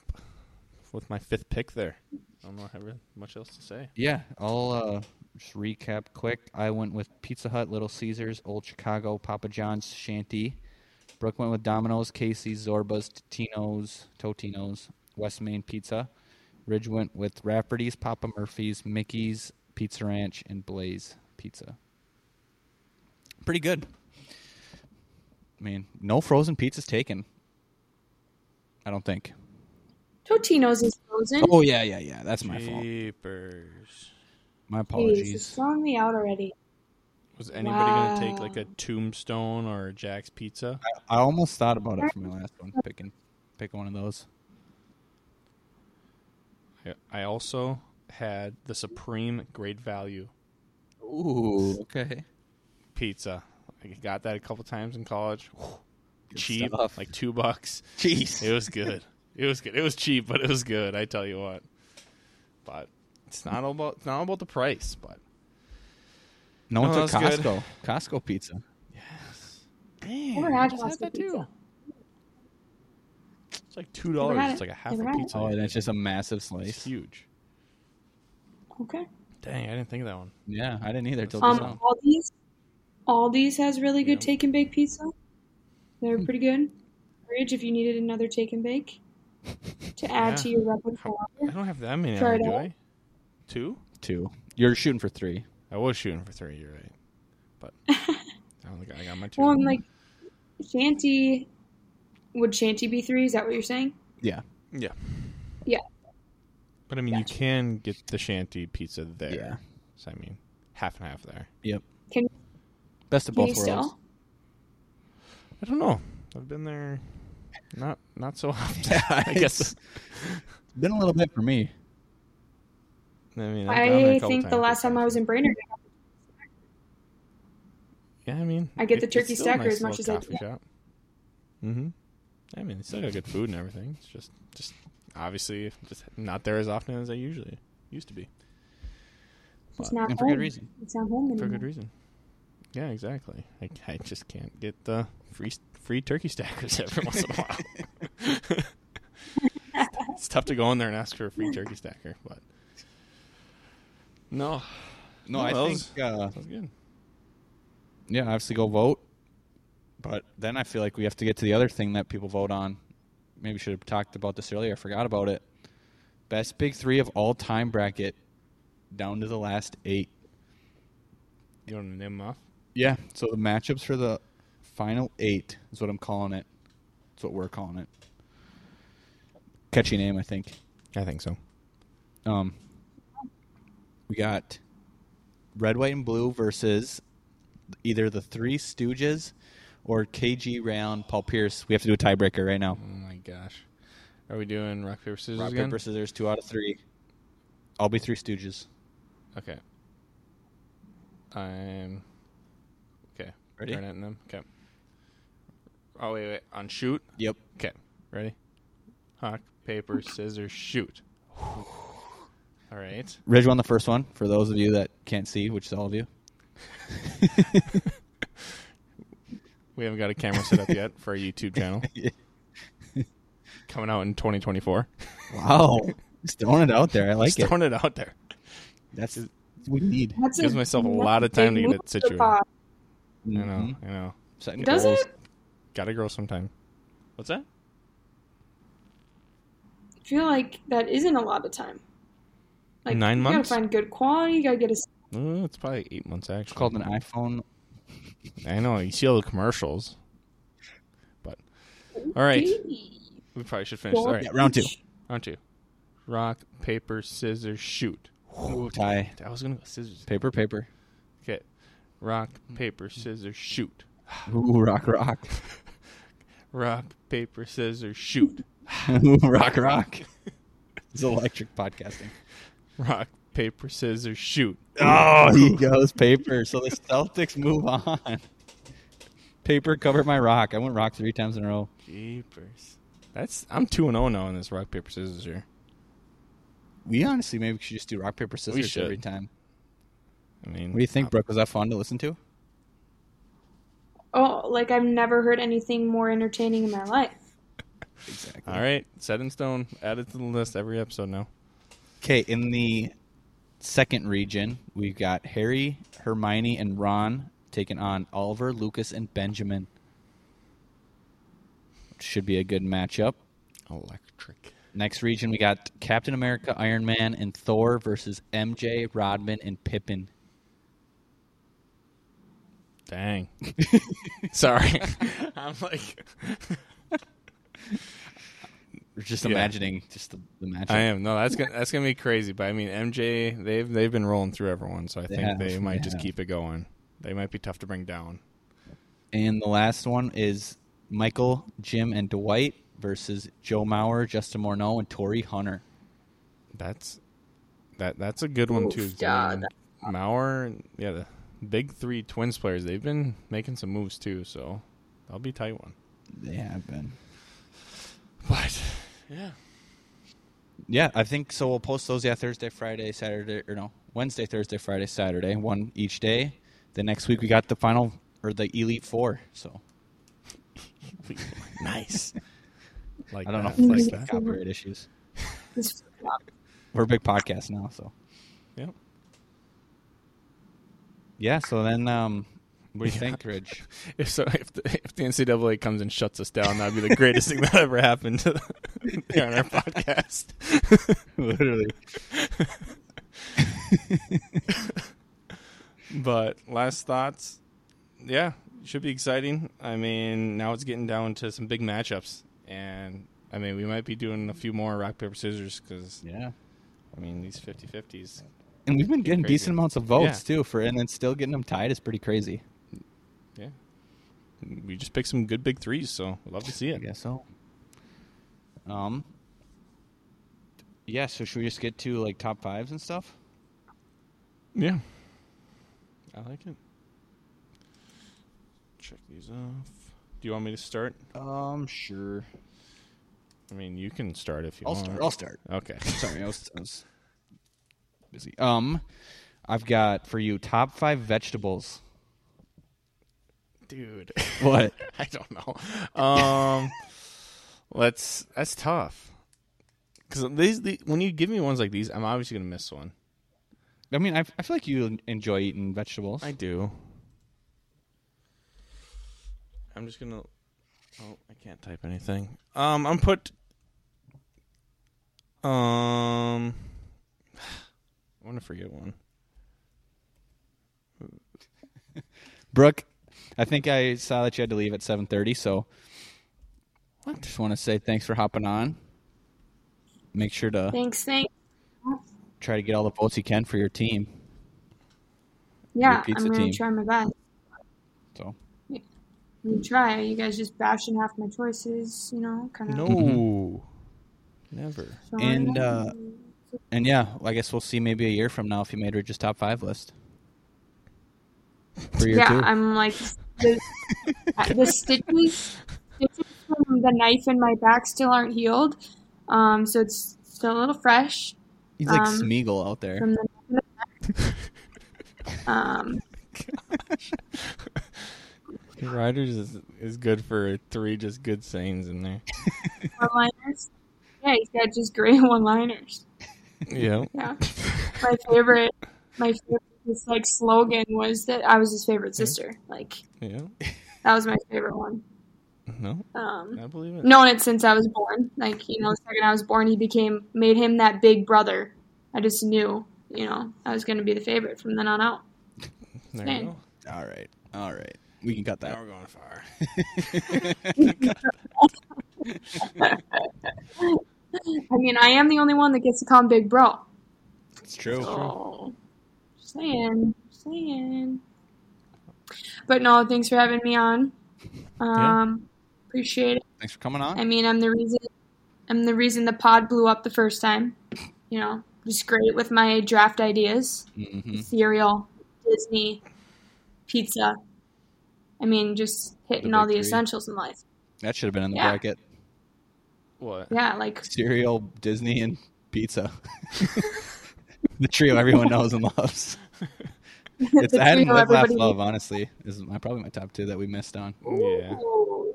with my fifth pick there. I don't know if I have much else to say.
Yeah, I'll uh, just recap quick. I went with Pizza Hut, Little Caesars, Old Chicago, Papa John's, Shanty. Brooke went with Domino's, Casey's, Zorba's, Totino's, Totino's, West Main Pizza. Ridge went with Rafferty's, Papa Murphy's, Mickey's, Pizza Ranch, and Blaze Pizza. Pretty good. I mean, no frozen pizzas taken. I don't think.
Totino's is frozen.
Oh yeah, yeah, yeah. That's my fault.
Jeepers.
My
Jeez, it's
apologies.
throwing me out already.
Was anybody gonna take like a tombstone or Jack's pizza?
I almost thought about it for my last one, picking pick one of those.
I, I also had the supreme great value
Ooh, okay.
pizza. I got that a couple times in college.
Good
Cheap,
stuff.
like two bucks. It
Jeez.
was good. it was good. It was cheap, but it was good. I tell you what. But it's not all about it's not all about the price. But
No one
No,
took
that was good.
Costco. Costco pizza.
damn,
Never had pasta pizza.
It's like two
Never
dollars.
had
It's
it.
like a half
Never
a
had it.
pizza.
Oh, and it's just a massive
it's
slice.
huge.
Okay.
Dang, I didn't think of that one.
Yeah, I didn't either till just
Um,
now.
Aldi's, Aldi's has really good
Yeah. Hmm.
take and bake pizza. They're pretty good. Ridge, if you needed another take and bake to add
Yeah.
to your repertoire,
I don't have that many. Ever,
Try it
do
out.
I? Two?
Two. You're shooting for three.
I was shooting for three. You're right,
<laughs>
but I don't think I got my two.
well, I'm like, Shanty. Would Shanty be three? Is that what you're saying?
Yeah.
yeah,
Yeah.
But I mean, you can get the shanty pizza there.
Yeah.
So I mean, half and half there.
Yep.
Can,
Best of
can
both
you
worlds.
still?
I don't know. I've been there, not not so <laughs>
<laughs>
often. I guess.
Been a little bit for me.
I mean, I've gone there a
I
couple
think the
times.
last time I was in Brainerd,
Yeah, I mean,
I get the
it's
turkey
still a
stacker
nice
as much
little
as I
coffee shop. Mm-hmm. I mean, it's still got good food and everything. It's just, just obviously, just not there as often as I usually used to be
it's not
And for
home.
good reason.
It's not home
for
anymore.
good reason. Yeah, exactly. I, I just can't get the free free turkey stackers <laughs> every once in a while. it's tough to go in there and ask for a free turkey stacker, but no, No,
No, I
that was-
think uh,
sounds good.
yeah, obviously go vote. But then I feel like we have to get to the other thing that people vote on. Maybe should have talked about this earlier. I forgot about it. Best big three of all time bracket, down to the last eight.
You want to name them off?
Yeah. So the matchups for the final eight is what I'm calling it. That's what we're calling it. Catchy name, I think.
I think so.
Um, we got red, white, and blue versus either the Three Stooges or KG Round Paul Pierce. We have to do a tiebreaker right now.
Oh my gosh, are we doing rock paper scissors
Rock,
again?
paper, scissors, two out of three. I'll be Three Stooges.
Okay. I'm. Okay.
Ready?
Garnett and them. Okay. Oh wait, wait. On shoot.
Yep.
Okay. Ready? Rock, paper, scissors, shoot. All right.
Ridge won the first one, for those of you that can't see, which is all
<laughs>
of you.
We haven't got a camera set up yet for our YouTube
<laughs>
channel. Coming out in 2024.
Wow. Just throwing it out there. I like
Just
it.
throwing it out there.
That's what we need.
That's
Gives
a-
myself a
that's
lot of
big
time to get
move
it
for
situated.
Bob.
I know.
Mm-hmm.
I know.
Setting
Does
goals.
it?
Gotta grow sometime. What's that?
I feel like that isn't a lot of time. Like
Nine
you
months?
gotta find good quality. You gotta get a.
Uh, it's probably eight months actually.
It's called an iPhone
I know you see all the commercials. But all right, we probably should finish. All right,
Yeah, round two.
on to rock paper scissors shoot.
Ooh, tie.
I was gonna go scissors.
Paper, paper.
Okay, rock paper scissors shoot.
Ooh, rock, rock.
Rock paper scissors shoot.
Ooh, <laughs> rock, rock. It's electric podcasting.
Rock paper scissors shoot.
Oh, he goes paper. So the Celtics move on. Paper covered my rock. I went rock three times in a row.
Jeepers. That's I'm two and zero now in this rock paper scissors here.
We honestly maybe should just do rock paper scissors
should.
every time.
I mean,
What do you think, Brooke? Was that fun to listen to?
Oh, like I've never heard anything more entertaining in my life.
Exactly.
uh, All right, set in stone. Add it to the list every episode now.
Okay, in the second region, we've got Harry, Hermione, and Ron taking on Oliver, Lucas, and Benjamin. Should be a good matchup.
Electric.
Next region, we got Captain America, Iron Man, and Thor versus MJ, Rodman, and Pippin. <laughs>
Dang. Sorry. <laughs> I'm like
We're just
Yeah.
imagining just the, the matchup.
I am. No, that's gonna that's gonna be crazy. But I mean MJ they've they've been rolling through everyone, so I
They
think
have,
they might
they
just
have.
keep it going. They might be tough to bring down.
And the last one is Michael, Jim, and Dwight versus Joe Mauer, Justin Morneau, and Tori Hunter.
That's that that's a good one
Oof,
too. 'cause,
yeah, uh,
I mean, Maurer and yeah, the big three twins players, they've been making some moves too, so that'll be a tight one.
They have been.
But <laughs> yeah.
Yeah, I think so. We'll post those. Yeah, Thursday, Friday, Saturday, or no, Wednesday, Thursday, Friday, Saturday, one each day. Then next week we got the final or the elite four. So
nice. Like
I don't
that,
know.
like
Like
that.
copyright issues.
This-
We're a big podcast now, so
Yep.
yeah. So then, <laughs> um, what do you
Yeah.
think, Ridge?
If so, if the, if the NCAA comes and shuts us down, that'd be the greatest thing that ever happened to the, <laughs> on our podcast.
<laughs> Literally.
<laughs> but last thoughts, yeah, should be exciting. I mean, now it's getting down to some big matchups, and I mean, we might be doing a few more rock paper scissors because
Yeah.
I mean these 50-50s.
And we've been getting
Crazy.
decent amounts of votes
Yeah.
too for, and then still getting them tied is pretty crazy.
Yeah, we just picked some good big threes, so we'd love to see
I
it.
guess so. Um. Yeah. So should we just get to like top fives and stuff?
Yeah. I like it. Check these off. Do you want me to start?
Um. Sure.
I mean, you can start if you
I'll
want.
start. I'll start. <laughs>
Okay.
Sorry, I was, I was busy. Um, I've got for you top five <laughs> vegetables.
Dude.
What?
<laughs> I don't know. Um let's that's tough. Cuz these the, when you give me ones like these, I'm obviously going to miss one.
I mean, I, I feel like you enjoy eating vegetables.
do. I'm just going to Oh, I can't type anything. Um I'm put um <sighs> I want to forget one.
Brooke, I think I saw that you had to leave at seven thirty, so I
What?
just want to say thanks for hopping on. Make sure to
thanks, thanks.
try to get all the votes you can for your team.
Yeah,
pizza
I'm gonna
team.
try my best.
So
I'm gonna try. You guys just bashing half my choices, you know, kind of.
No. <laughs> Never.
and uh, and yeah, I guess we'll see maybe a year from now if you made Ridge's top five list. For your
yeah,
two.
I'm like the, <laughs> the stitches, stitches from the knife in my back still aren't healed, um, so it's still a little fresh
He's like
um,
Smeagol out there.
from the.
<laughs>
Um,
Riders is is good for three just good sayings in <laughs> there.
one-liners. Yeah, he's got just great <laughs> one-liners.
yeah.
Yeah. My favorite, my favorite, his, like slogan was that I was his favorite sister. Like
Yeah.
that was my favorite one.
No,
Um,
I believe it.
known it since I was born. Like you know, the second I was born, he became made him that big brother. I just knew, you know, I was going to be the favorite from then on out.
There
Same.
you go.
All right. All right. We can cut
Now
that.
we're going far.
I mean, I am the only one that gets to call him Big Bro.
It's true.
Oh, just saying, just saying. But no, thanks for having me on. Um, appreciate it.
Thanks for coming on.
I mean, I'm the reason. I'm the reason the pod blew up the first time. You know, just great with my draft ideas,
Mm-hmm.
cereal, Disney, pizza. I mean, just hitting all
big
the
three.
essentials
<laughs>
in life.
That should have been in the
Yeah.
bracket.
What?
Yeah, like <laughs>
Cereal, Disney, and pizza. <laughs> the trio everyone knows and loves. It's <laughs>
the
that and
trio
Live, Laugh,
everybody-
Love, honestly, is my, probably my top two that we missed on.
Yeah.
Ooh,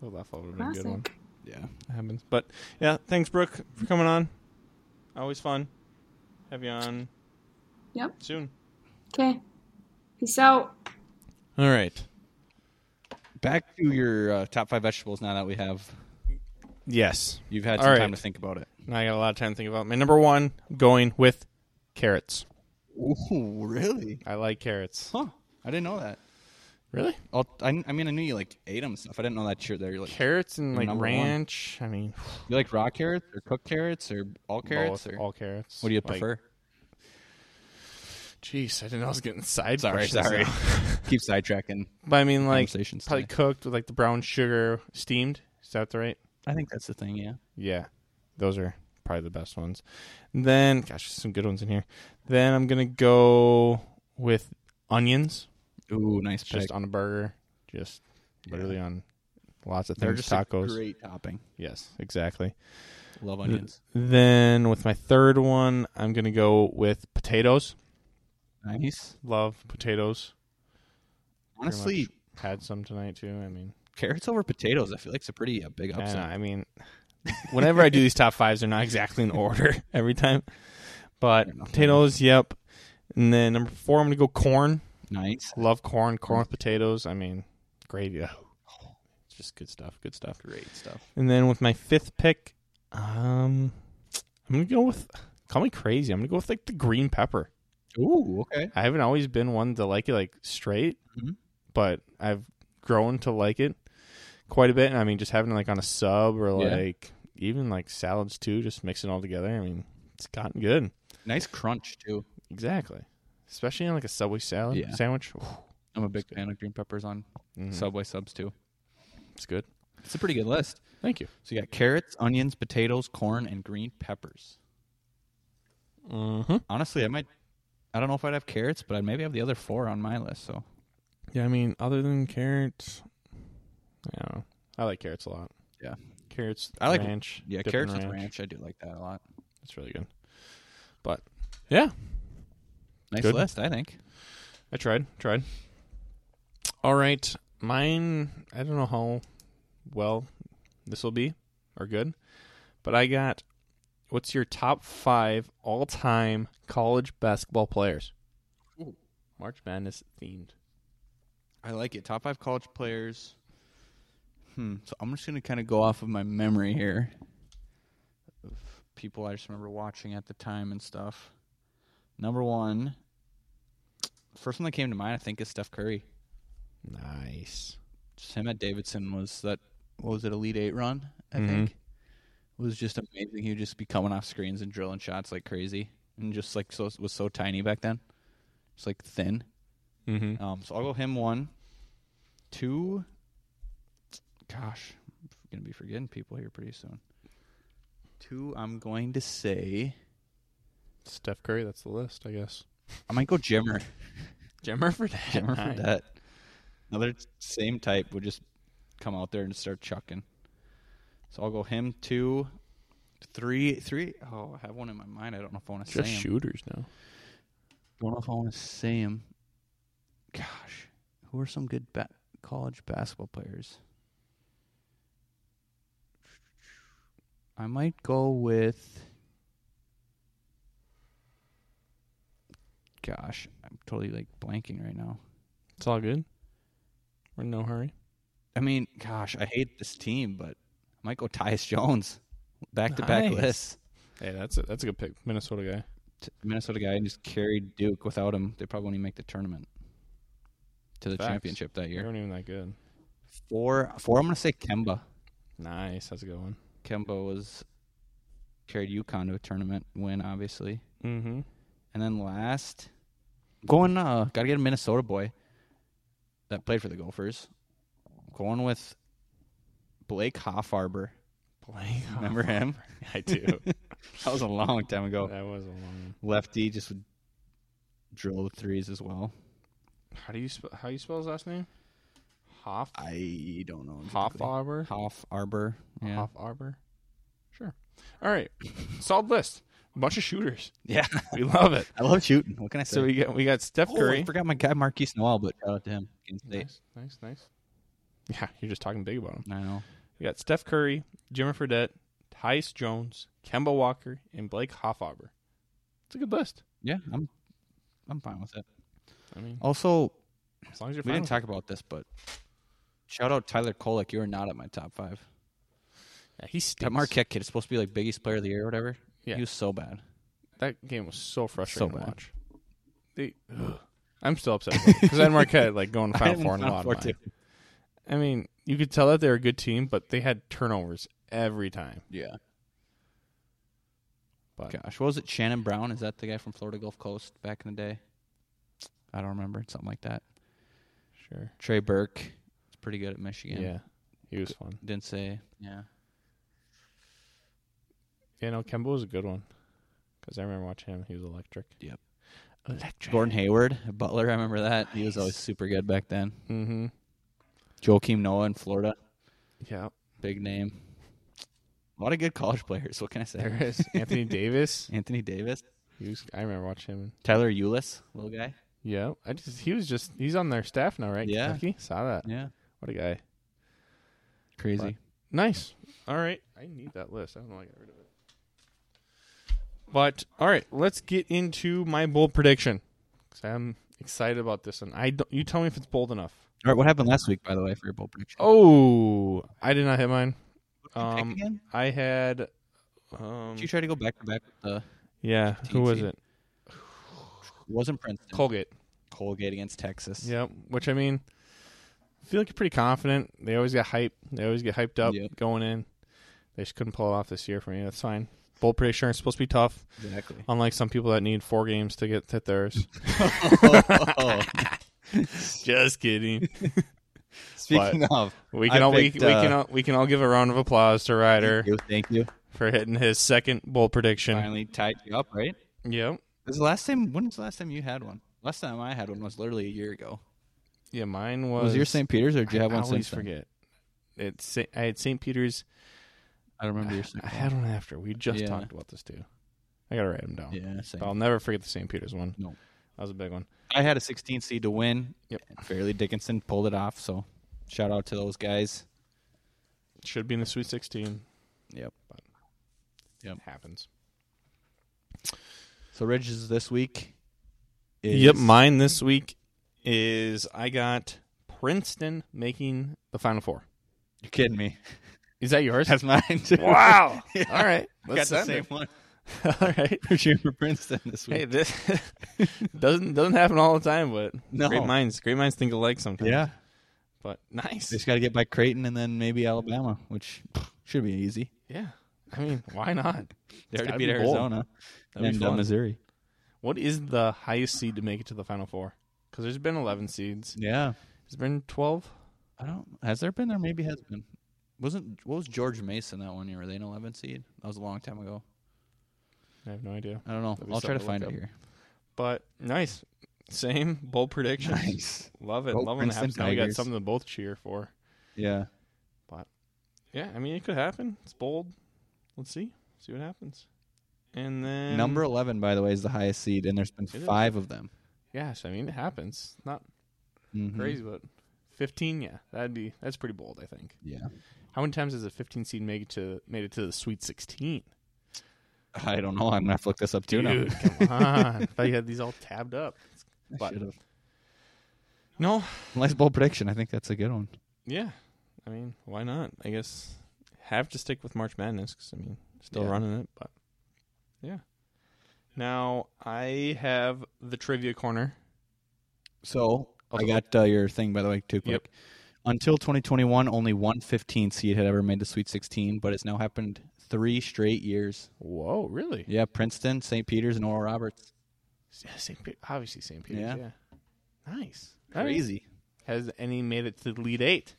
Well, that would have been a good one.
classic.
Yeah.
It happens. But yeah, thanks, Brooke, for coming on. Always fun. Have you on
Yep.
soon.
Okay. Peace out.
All right.
Back to your uh, top five vegetables now that we have.
Yes.
You've had
All
some
right.
time to think about it.
Now I got a lot of time to think about my number one. Going with carrots.
Ooh, really?
I like carrots.
Huh. I didn't know that.
Really?
I'll, I, I mean, I knew you like ate them and stuff. I didn't know that you're there. You like
Carrots and like
Number one.
ranch. I
<sighs>
mean,
you like raw carrots or cooked carrots or all carrots
both,
or
all carrots.
what do you
Like,
prefer?
Jeez, I didn't know I was getting side.
Sorry,
questions
sorry.
now.
Keep sidetracking.
<laughs> but I
<laughs>
mean, <laughs> like
Conversations
probably
today.
cooked with like the brown sugar, steamed. Is that the right?
I think that's the thing. Yeah.
Yeah, those are probably the best ones. And then, gosh, there's some good ones in here. Then I'm gonna go with onions,
Ooh, nice pick.
just on a burger, just literally on lots of
They're
things,
just a
tacos.
great topping.
Yes, exactly.
Love onions.
Then with my third one, I'm gonna go with potatoes.
Nice.
Love potatoes.
Honestly,
Had some tonight too. I mean,
carrots over potatoes. I feel like it's a pretty uh, big
I don't know,
upset.
I mean, whenever I do these top fives, they're not exactly in order <laughs> every time. But
Fair enough.
potatoes, yep. And then number four, I'm gonna go corn.
Nice.
Love corn, corn with potatoes. I mean, gravy. <laughs> ugh. It's just good stuff. Good stuff.
Great stuff.
And then with my fifth pick, um, I'm gonna go with. Call me crazy. I'm gonna go with like the green pepper.
Ooh, okay.
I haven't always been one to like it like straight,
Mhm.
but I've grown to like it quite a bit. And I mean, just having it like on a sub or
Yeah.
like even like salads too, just mixing it all together. I mean, it's gotten good.
Nice crunch too.
Exactly. Especially on like a Subway salad
Yeah.
sandwich. Ooh,
I'm a big fan of green peppers on
Mhm.
Subway subs too.
it's good.
Mm-hmm. It's a pretty good list.
Thank you.
So you got carrots, onions, potatoes, corn, and green peppers.
Mm-hmm.
Honestly, I might. I don't know if I'd have carrots, but I'd maybe have the other four on my list. So
Yeah, I mean, other than carrots, I don't know. I like carrots a lot.
Yeah.
carrots.
I like-
ranch.
yeah,
dipping
carrots with ranch. I do like that a lot.
It's really good. But yeah,
Nice
Good.
list, I think.
I tried. Tried. All right, mine. I don't know how well this will be or good, but I got. What's your top five all-time college basketball players?
Ooh.
March Madness themed.
I like it. Top five college players. Hmm. So I'm just gonna kind of go off of my memory here of people I just remember watching at the time and stuff. Number one, first one that came to mind, I think, is Steph Curry.
Nice.
Just him at Davidson was that. What was it? Elite eight run, I
Mhm.
think. It was just amazing. He would just be coming off screens and drilling shots like crazy, and just like so was so tiny back then, just like thin.
Mm-hmm.
Um, so I'll go him one, two. Gosh, I'm gonna be forgetting people here pretty soon. Two, I'm going to say
Steph Curry. That's the list, I guess.
I might go Jimmer.
Jimmer <laughs> Fredette.
Jimmer for that. Another same type would just come out there and start chucking. So I'll go him two, three, three. Oh, I have one in my mind. I don't know if I want to say
Just
him.
shooters now.
Don't know if I want to say him. Gosh, who are some good ba- college basketball players? I might go with. Gosh, I'm totally like blanking right now.
It's all good. We're in no hurry.
I mean, gosh, I hate this team, but I might go Tyus Jones. Back to back
Nice.
lists.
Hey, that's a that's a good pick, Minnesota guy.
T- Minnesota guy and just carried Duke without him. They probably wouldn't even make the tournament. to the
Facts.
championship that
They
year.
weren't even that good.
Four, four. I'm gonna say Kemba.
Nice. That's a good one.
Kemba was carried UConn to a tournament win, obviously.
Mm-hmm.
And then last, going uh, gotta get a Minnesota boy that played for the Gophers. Going with Blake Hoffarber.
<laughs> Blake.
Remember him?
I do.
<laughs> That was a long time
<laughs>
ago.
That was a long one.
Lefty just would drill the threes as well.
How do you spell? How you spell his last name? Hoff.
I don't know.
Hoff Arbor.
Hoff Arbor. Yeah.
Hoff Arbor. Sure. All right. Solid list. Bunch of shooters.
<laughs> Yeah.
We love it.
I love shooting. What can I
<laughs>
say?
so we got we got Steph
oh, I
Curry.
forgot my guy Marquise Noel, but shout out to him. Kent State.
nice, nice, nice. Yeah, you're just talking big about him.
I know.
We got Steph Curry, Jimmy Fredette, Tyus Jones, Kemba Walker, and Blake Hoffarber. It's a good list.
Yeah, I'm I'm fine with it.
I mean,
Also,
as long as you're
we
fine
didn't
with
talk about this, but shout out Tyler Kolek. You are not at my top five.
it. Yeah, he stinks.
That Marquette kid is supposed to be like biggest player of the year or whatever.
Yeah.
He was so bad.
That game was so frustrating to
bad.
watch. They, ugh. I'm still upset because I had Marquette like going to
<laughs> I
<laughs> Final
had
Four in a
Final
lot
Four,
of
too.
mine. I mean, you could tell that they're a good team, but they had turnovers every time.
Yeah.
But
Gosh, what was it? Shannon Brown? Is that the guy from Florida Gulf Coast back in the day? I don't remember. Something like that.
sure,
Trey Burke is pretty good at
yeah.
Michigan.
he was fun.
Didn't say. Yeah.
Yeah, no, Kemba was a good one because I remember watching him. He was electric.
Yep.
electric.
Gordon Hayward, Butler. I remember that. He was always super good back then.
Mm-hmm.
Joakim Noah in Florida.
Yeah,
Big name. A lot of good college players. What can I say?
there is Anthony Davis.
Anthony Davis,
He was, I remember watching him.
Tyler Eulis, little guy.
Yeah, I just he was just he's on their staff now, right?
Yeah.
Kentucky? saw that.
Yeah,
What a guy.
crazy.
Nice. All right. I need that list. I don't know why I got rid of it. But all right, let's get into my bold prediction. Cause I'm excited about this one. I don't, you tell me if it's bold enough.
All right, what happened last week, by the way, for your bowl prediction? Oh,
Oh, I did not hit mine.
Did you pick
Um,
again?
I had. Um,
Did you try to go back to back with the?
yeah. Who was
TNT?
it?
Wasn't Princeton
Colgate.
Colgate against Texas?
Yep. Which I mean, I feel like you're pretty confident. They always get hype. They always get hyped up
Yep.
going in. They just couldn't pull it off this year for me. That's fine. Bold prediction. It's supposed to be tough. <laughs>
exactly. <laughs>
Unlike some people that need four games to get to theirs.
Oh,
Just kidding.
<laughs> speaking of,
We can
I
all we,
picked,
we
uh,
can all, we can all give a round of applause to Ryder
thank you, thank you.
for hitting his second bold prediction.
Finally tied you up, right?
Yep.
This is the last time. When was the last time you had one? Last time I had one was literally a year ago.
Yeah, mine was.
Was, your St. Peter's or did you have
I
one
always
since? then?
forget. It's Sa- I had St. Peter's.
I don't remember your.
I
<sighs> St.
had one after. We just
Yeah.
talked about this too. I gotta write them down.
Yeah,
But
same.
I'll never forget the St. Peter's one.
No.
that was a big one.
I had a 16 seed to win.
Yep.
Fairleigh Dickinson pulled it off. So shout out to those guys.
Should be in the Sweet 16.
Yep. Yep.
Happens.
So Ridges this week. Is
Yep. Mine this week is I got Princeton making the Final Four.
You're kidding me.
Is that <laughs> yours?
That's mine. Too. <laughs>
wow.
Yeah.
All right.
Got
Let's
the
send
same
it.
one. <laughs>
<laughs> All right.
We're cheering for Princeton this week.
Hey, this <laughs> doesn't doesn't happen all the time, but
No.
great minds great minds think alike sometimes.
yeah.
But nice.
They just got to get by Creighton and then maybe Alabama, which <laughs> should be easy.
Yeah. I mean, why not?
They already
gotta
beat
be bold.
Arizona
That'd be
and uh,
fun.
Missouri.
What is the highest seed to make it to the Final Four? Because there's been 11 seeds.
Yeah.
There's been 12.
I don't. Has there been? There maybe has been. Wasn't what was George Mason that one year? Were they an 11 seed? That was a long time ago.
I have no idea.
I don't know.
That'd be
I'll try to
something to
find
look
out
up.
here.
But nice. Same bold prediction.
<laughs> Nice.
Love it.
Go
Love when it happens.
Princeton
Now we got
Tigers.
something to both cheer for.
Yeah.
Yeah, I mean, it could happen. It's bold. Let's see. See what happens. And then
Number 11, by the way, is the highest seed, and there's been
It is.
five of them.
Yes, I mean it happens. Not
Mhm.
crazy, but 15. Yeah, that'd be that's pretty bold. I think.
Yeah.
How many times has a 15 seed made it to made it to the Sweet 16?
I don't know. I'm going to have to look this up too now.
Dude, come on! <laughs> I thought you had these all tabbed up.
I
but-
should've.
No,
Nice bold prediction. I think that's a good one.
yeah. I mean, why not? I guess have to stick with March Madness because I mean, still
Yeah.
running it, but yeah. Now I have the trivia corner.
So I got uh, your thing by the way too quick.
Yep.
Until 2021, only one 15 seed had ever made the Sweet 16, but it's now happened three straight years.
Whoa, really?
Yeah, Princeton, St. Peter's, and Oral Roberts.
Yeah, St. Pe- obviously St. Peter's. Yeah.
Yeah.
Nice. All right.
Crazy.
Has any made it to the lead eight?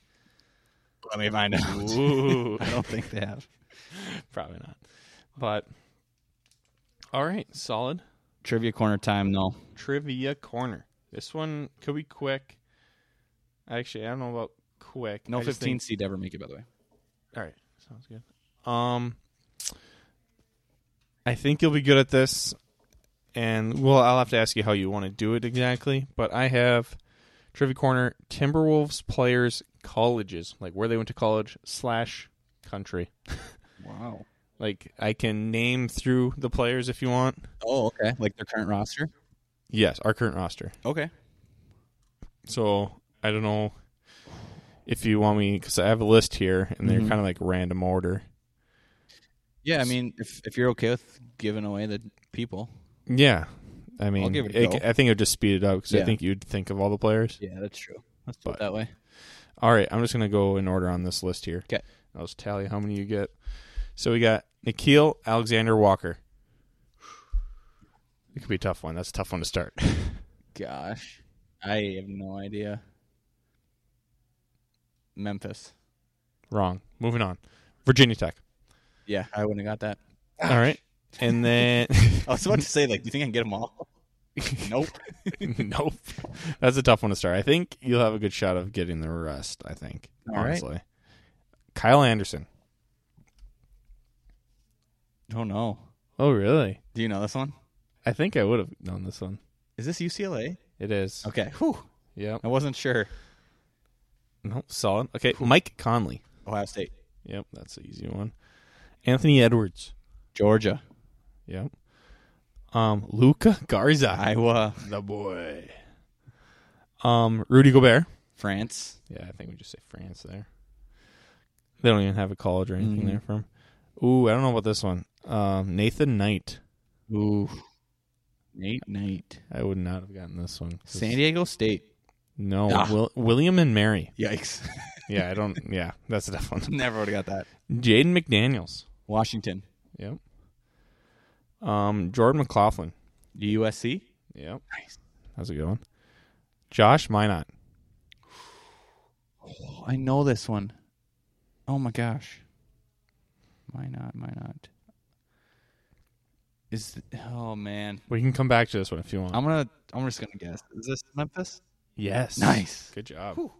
Let me find out.
Ooh,
<laughs> I don't think they have.
<laughs> probably not. But all right, solid
Trivia corner time, though.
trivia corner. This one could be quick. Actually, I don't know about quick.
No
I just
15
think-
seed ever make it, by the way.
all right, sounds good. Um, I think you'll be good at this, and well, I'll have to ask you how you want to do it exactly. But I have trivia corner Timberwolves players colleges, like where they went to college slash country.
Wow.
Like I can name through the players if you want.
Oh, okay. Like their current roster.
Yes, our current roster.
Okay.
So I don't know if you want me because I have a list here, and they're
Mhm.
kind of like random order.
Yeah, I mean, if if you're okay with giving away the people.
Yeah, I mean,
give it a go.
I think it would just speed it up because I
Yeah.
think you'd think of all the players.
Yeah, that's true. Let's
do it
that way.
All right, I'm just gonna go in order on this list here.
'Kay.
I'll just tally how many you get. So we got Nikhil Alexander Walker. It could be a tough one. That's a tough one to start. <laughs>
Gosh, I have no idea. Memphis.
Wrong. Moving on. Virginia Tech.
Yeah, I wouldn't have got that.
All right. And then
I was about to say, like, do you think I can get them all? <laughs> nope.
<laughs> nope. That's a tough one to start. I think you'll have a good shot of getting the rest, I think.
All right.
honestly. Kyle Anderson.
Oh no.
Oh really?
Do you know this one?
I think I would have known this one.
Is this UCLA?
It is.
Okay. Whew.
Yep.
I wasn't sure.
No, solid. Okay. Mike Conley.
Ohio State.
Yep, that's the easy one. Anthony Edwards.
Georgia.
Yep. Um Luca Garza.
Iowa.
The boy. Um Rudy Gobert.
France.
Yeah, I think we just say France there. They don't even have a college or anything
Mhm.
there from. Ooh, I don't know about this one. Um, Nathan Knight.
Ooh. Nate Knight.
I would not have gotten this one.
San Diego State.
No,
Ah.
Wil- William and Mary.
Yikes. <laughs>
Yeah, I don't. Yeah, that's a tough one. <laughs>
Never would have got that.
Jaden McDaniels.
Washington.
Yep. Um, Jordan McLaughlin.
USC.
Yep.
Nice.
That's a good one. Josh Minot.
Oh, I know this one. Oh my gosh. Why not? Why not? Is oh man.
We can come back to this one if you want.
I'm gonna. I'm just gonna guess. Is this Memphis?
yes.
Nice.
Good job.
Whew.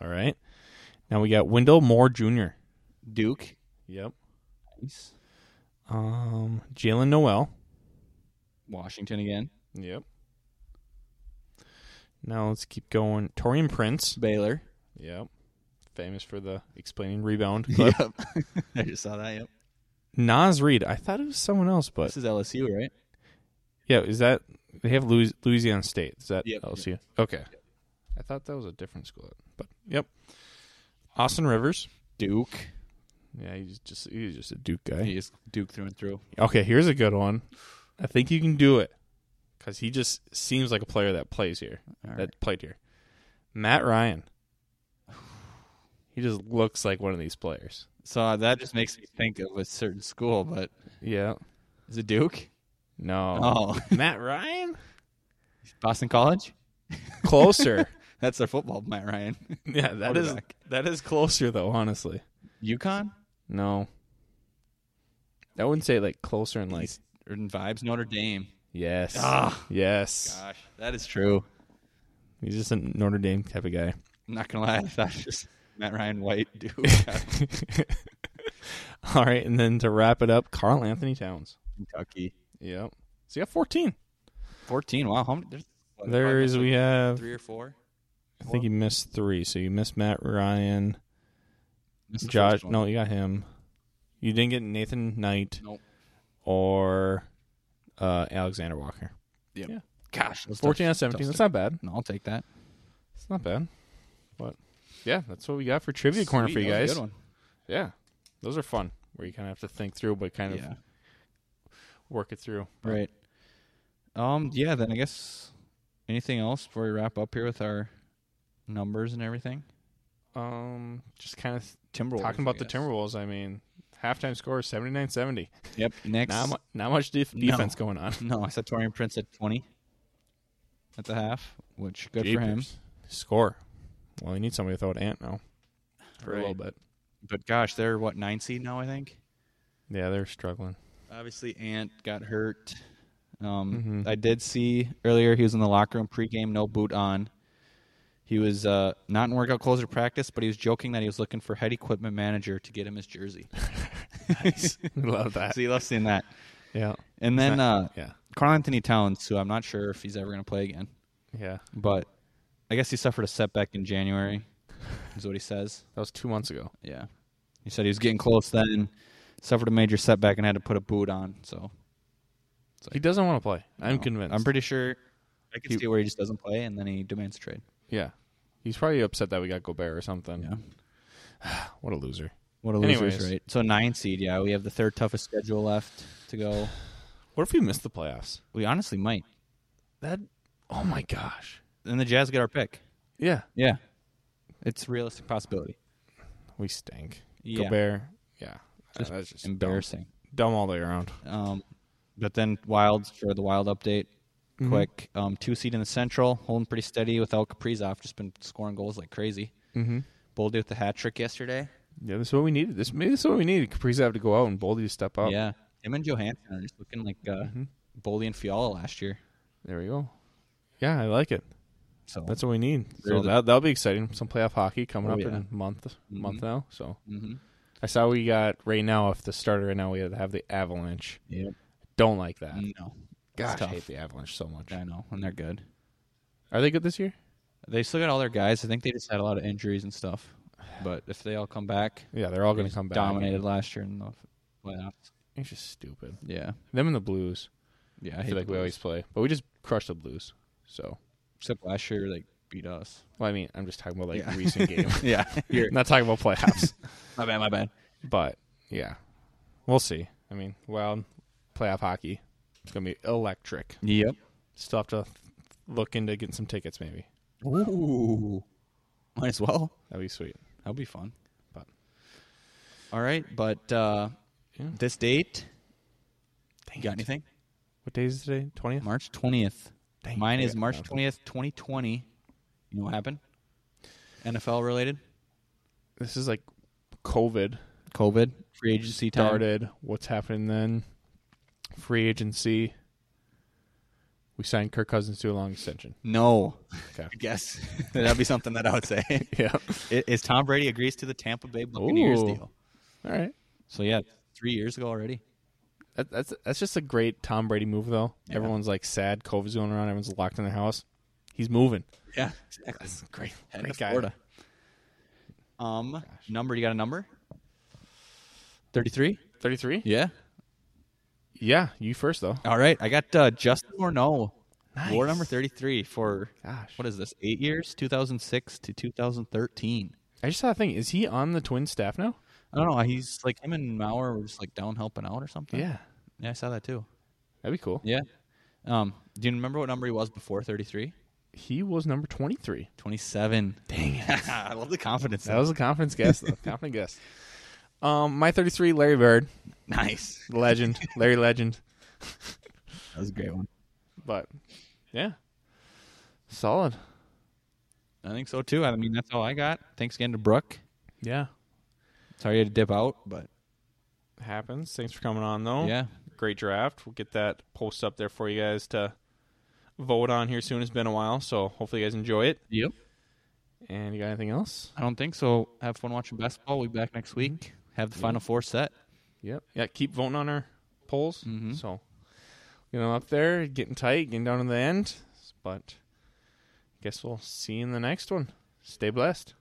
All right. Now we got Wendell Moore Jr.
Duke.
Yep.
Nice.
Um, Jalen Noel.
Washington again.
Yep. Now let's keep going. Torian Prince.
<laughs> Baylor.
Yep. Famous for the explaining <laughs> rebound. clip.
Yep. <laughs> I just saw that. Yep.
Nas Reed. I thought it was someone else, but
This is LSU, right?
yeah, is that they have Louis- Louisiana State? Is that
Yep.
LSU? Okay. I thought that was a different school, but yep. Austin Rivers.
Duke.
Yeah, he's just he's just a Duke guy.
He is Duke through and through.
Okay, here's a good one. I think you can do it because he just seems like a player that plays here,
All
that
right.
played here. Matt Ryan. He just looks like one of these players.
So uh, that just makes me think of a certain school, but
Yeah.
is it Duke?
No.
Oh, <laughs>
Matt Ryan?
Boston College. <laughs>
Closer.
That's their football, Matt Ryan.
yeah, that is
Quarterback.
that is closer though, honestly.
<laughs> UConn.
No. I wouldn't say like closer and like
Urban vibes. Notre Dame.
yes.
Ah.
Yes.
Gosh, that is true.
He's just a Notre Dame type of
<laughs>
guy.
I'm not gonna lie, that's just Matt Ryan White,
<laughs>
dude.
All right, and then to wrap it up, Carl Anthony Towns.
Kentucky,
Yep. So you have 14.
fourteen. Wow, how many? There's, what,
There
probably
is,
like
we have,
three or four.
I think you missed three. So you missed Matt Ryan,
Missed the
Josh.
first one.
No, you got him. You didn't get Nathan Knight
Nope.
or uh, Alexander Walker.
Gosh, those
14 out of 17.
tough- tough
That's
stuff.
not bad.
No, I'll take that.
It's not bad. But yeah, that's what we got for Trivia Corner for
Sweet,
you
that was
guys.
a good one.
Yeah. Those are fun where you kind of have to think through, but kind
Yeah.
of work it through.
Right. Um. Yeah. Then I guess anything else before we wrap up here with our numbers and everything?
Um, just kind of
Timberwolves.
talking about
I
the
guess.
Timberwolves. I mean, halftime score is 79-70.
Yep. Next.
Not, mu- not much def-
No.
defense going on.
no, I said Torian Prince at 20 at the half, which <laughs> good for him.
Jeepers. Score. Well, you need somebody without Ant now for a
Right.
little bit.
But gosh, they're what nine seed now, I think.
Yeah, they're struggling.
Obviously, Ant got hurt. Um,
Mhm.
I did see earlier he was in the locker room pregame, no boot on. He was uh, not in workout clothes or practice, but he was joking that he was looking for head equipment manager to get him his jersey. <laughs>
Love that.
so you <laughs> love seeing that.
<laughs> Yeah.
And then uh,
Yeah.
Carl Anthony Towns, who I'm not sure if he's ever going to play again,
Yeah.
but I guess he suffered a setback in January, is what he says.
That was two months ago.
Yeah. He said he was getting close then, suffered a major setback, and had to put a boot on. So
He doesn't want to play. I'm
No.
convinced.
I'm pretty sure. I can
He-
see where he just doesn't play, and then he demands a trade.
Yeah. He's probably upset that we got Gobert or something.
Yeah.
<sighs> What a loser.
What a
Anyways.
loser's rate. So nine seed. Yeah, we have the third toughest schedule left to go.
What if we miss the playoffs?
We honestly might.
That. Oh my gosh.
Then the Jazz get our pick.
Yeah.
Yeah, it's a realistic possibility.
We stink.
Yeah,
Gobert. Yeah.
Just
That's just
embarrassing.
Dumb, dumb all the way around.
Um, but then Wild for the Wild update.
Mm-hmm.
Quick, um, two seed in the Central, holding pretty steady without Kaprizov. Just been scoring goals like crazy.
Mm-hmm.
Boldy with the hat trick yesterday.
Yeah, this is what we needed. This maybe this is what we needed. Kaprizov to go out and Boldy to step up.
Yeah, him and Johansson are just looking like uh,
Mm-hmm.
Boldy and Fiala last year.
There we go. Yeah, I like it.
So
That's what we need.
They're
So
the-
that that'll be exciting. Some playoff hockey coming
Oh,
up
yeah.
in a month month now. So
mm-hmm.
I saw we got right now. If the starter right now, we have the Avalanche.
Yep.
Don't like that.
no,
Gosh, I
tough.
hate the Avalanche so much.
Mm, I know, and they're good.
Are they good this year?
They still got all their guys. I think they just had a lot of injuries and stuff. But if they all come back,
Yeah, they're all going
they
to come back.
Dominated last year in the playoffs.
It's just stupid.
Yeah,
Them and the Blues.
yeah.
I, feel like we always play, but we just crush the Blues. So,
except last year they beat
<laughs>
us.
well, I mean, I'm just talking about like
Yeah. <laughs>
recent game.
yeah, you're,
not talking about playoffs, <laughs>
my bad, my bad.
but yeah, we'll see. I mean, well, playoff hockey. It's gonna be electric.
Yep.
Still have to look into getting some tickets. Maybe
Ooh, might as well.
that'd be sweet.
That'll be fun.
But-
all right, but uh,
Yeah.
this date,
Dang
you got
it.
anything?
What day is today? Twentieth.
March twentieth.
Dang,
Mine
I
is
got
March
nothing.
twentieth, twenty twenty. You know what happened? NFL related.
This is like COVID
COVID, free agency time.
started. What's happening then? Free agency. We signed Kirk Cousins to a long extension.
No. <laughs>
Okay.
I guess that'd be something that I would say.
yeah.
I- Is Tom Brady agrees to the Tampa Bay Buccaneers
Ooh.
deal?
All right.
So yeah, three years ago already.
That, that's that's just a great Tom Brady move, though.
Yeah.
Everyone's like sad. COVID's going around. Everyone's locked in their house. He's moving.
Yeah,
That's great.
heading
Great
to
guy.
Florida. Um, number? You got a number? Thirty-three.
Thirty-three.
Yeah.
Yeah, you first though.
All right, I got uh, Justin Morneau, war
Nice.
number thirty-three for
Gosh,
what is this? Eight years, two thousand six to two thousand thirteen.
I just saw a thing. Is he on the twin staff now?
I don't know. He's like him and Maurer were just like down helping out or something. yeah, I saw that too.
that'd be cool.
Yeah. Um, do you remember what number he was before 33?
He was number twenty-three.
27.
Dang it.
<laughs> I love the confidence.
That was a confidence guess,
<laughs>
though. confident guess. Um, my 33, Larry Bird,
nice.
legend, Larry legend.
That was a great one.
But yeah, solid.
I think so too. I mean, that's all I got. Thanks again to Brooke.
Yeah,
Sorry you had to dip out, but
happens. Thanks for coming on, though.
yeah.
great draft. We'll get that post up there for you guys to vote on here soon. It's been a while, so hopefully you guys enjoy it.
Yep.
And you got anything else?
I don't think so. Have fun watching basketball. We'll be back next week. Have the final four set.
Yep. Yeah, keep voting on our polls. So you know, up there, getting tight, getting down to the end. But guess we'll see you in the next one. Stay blessed.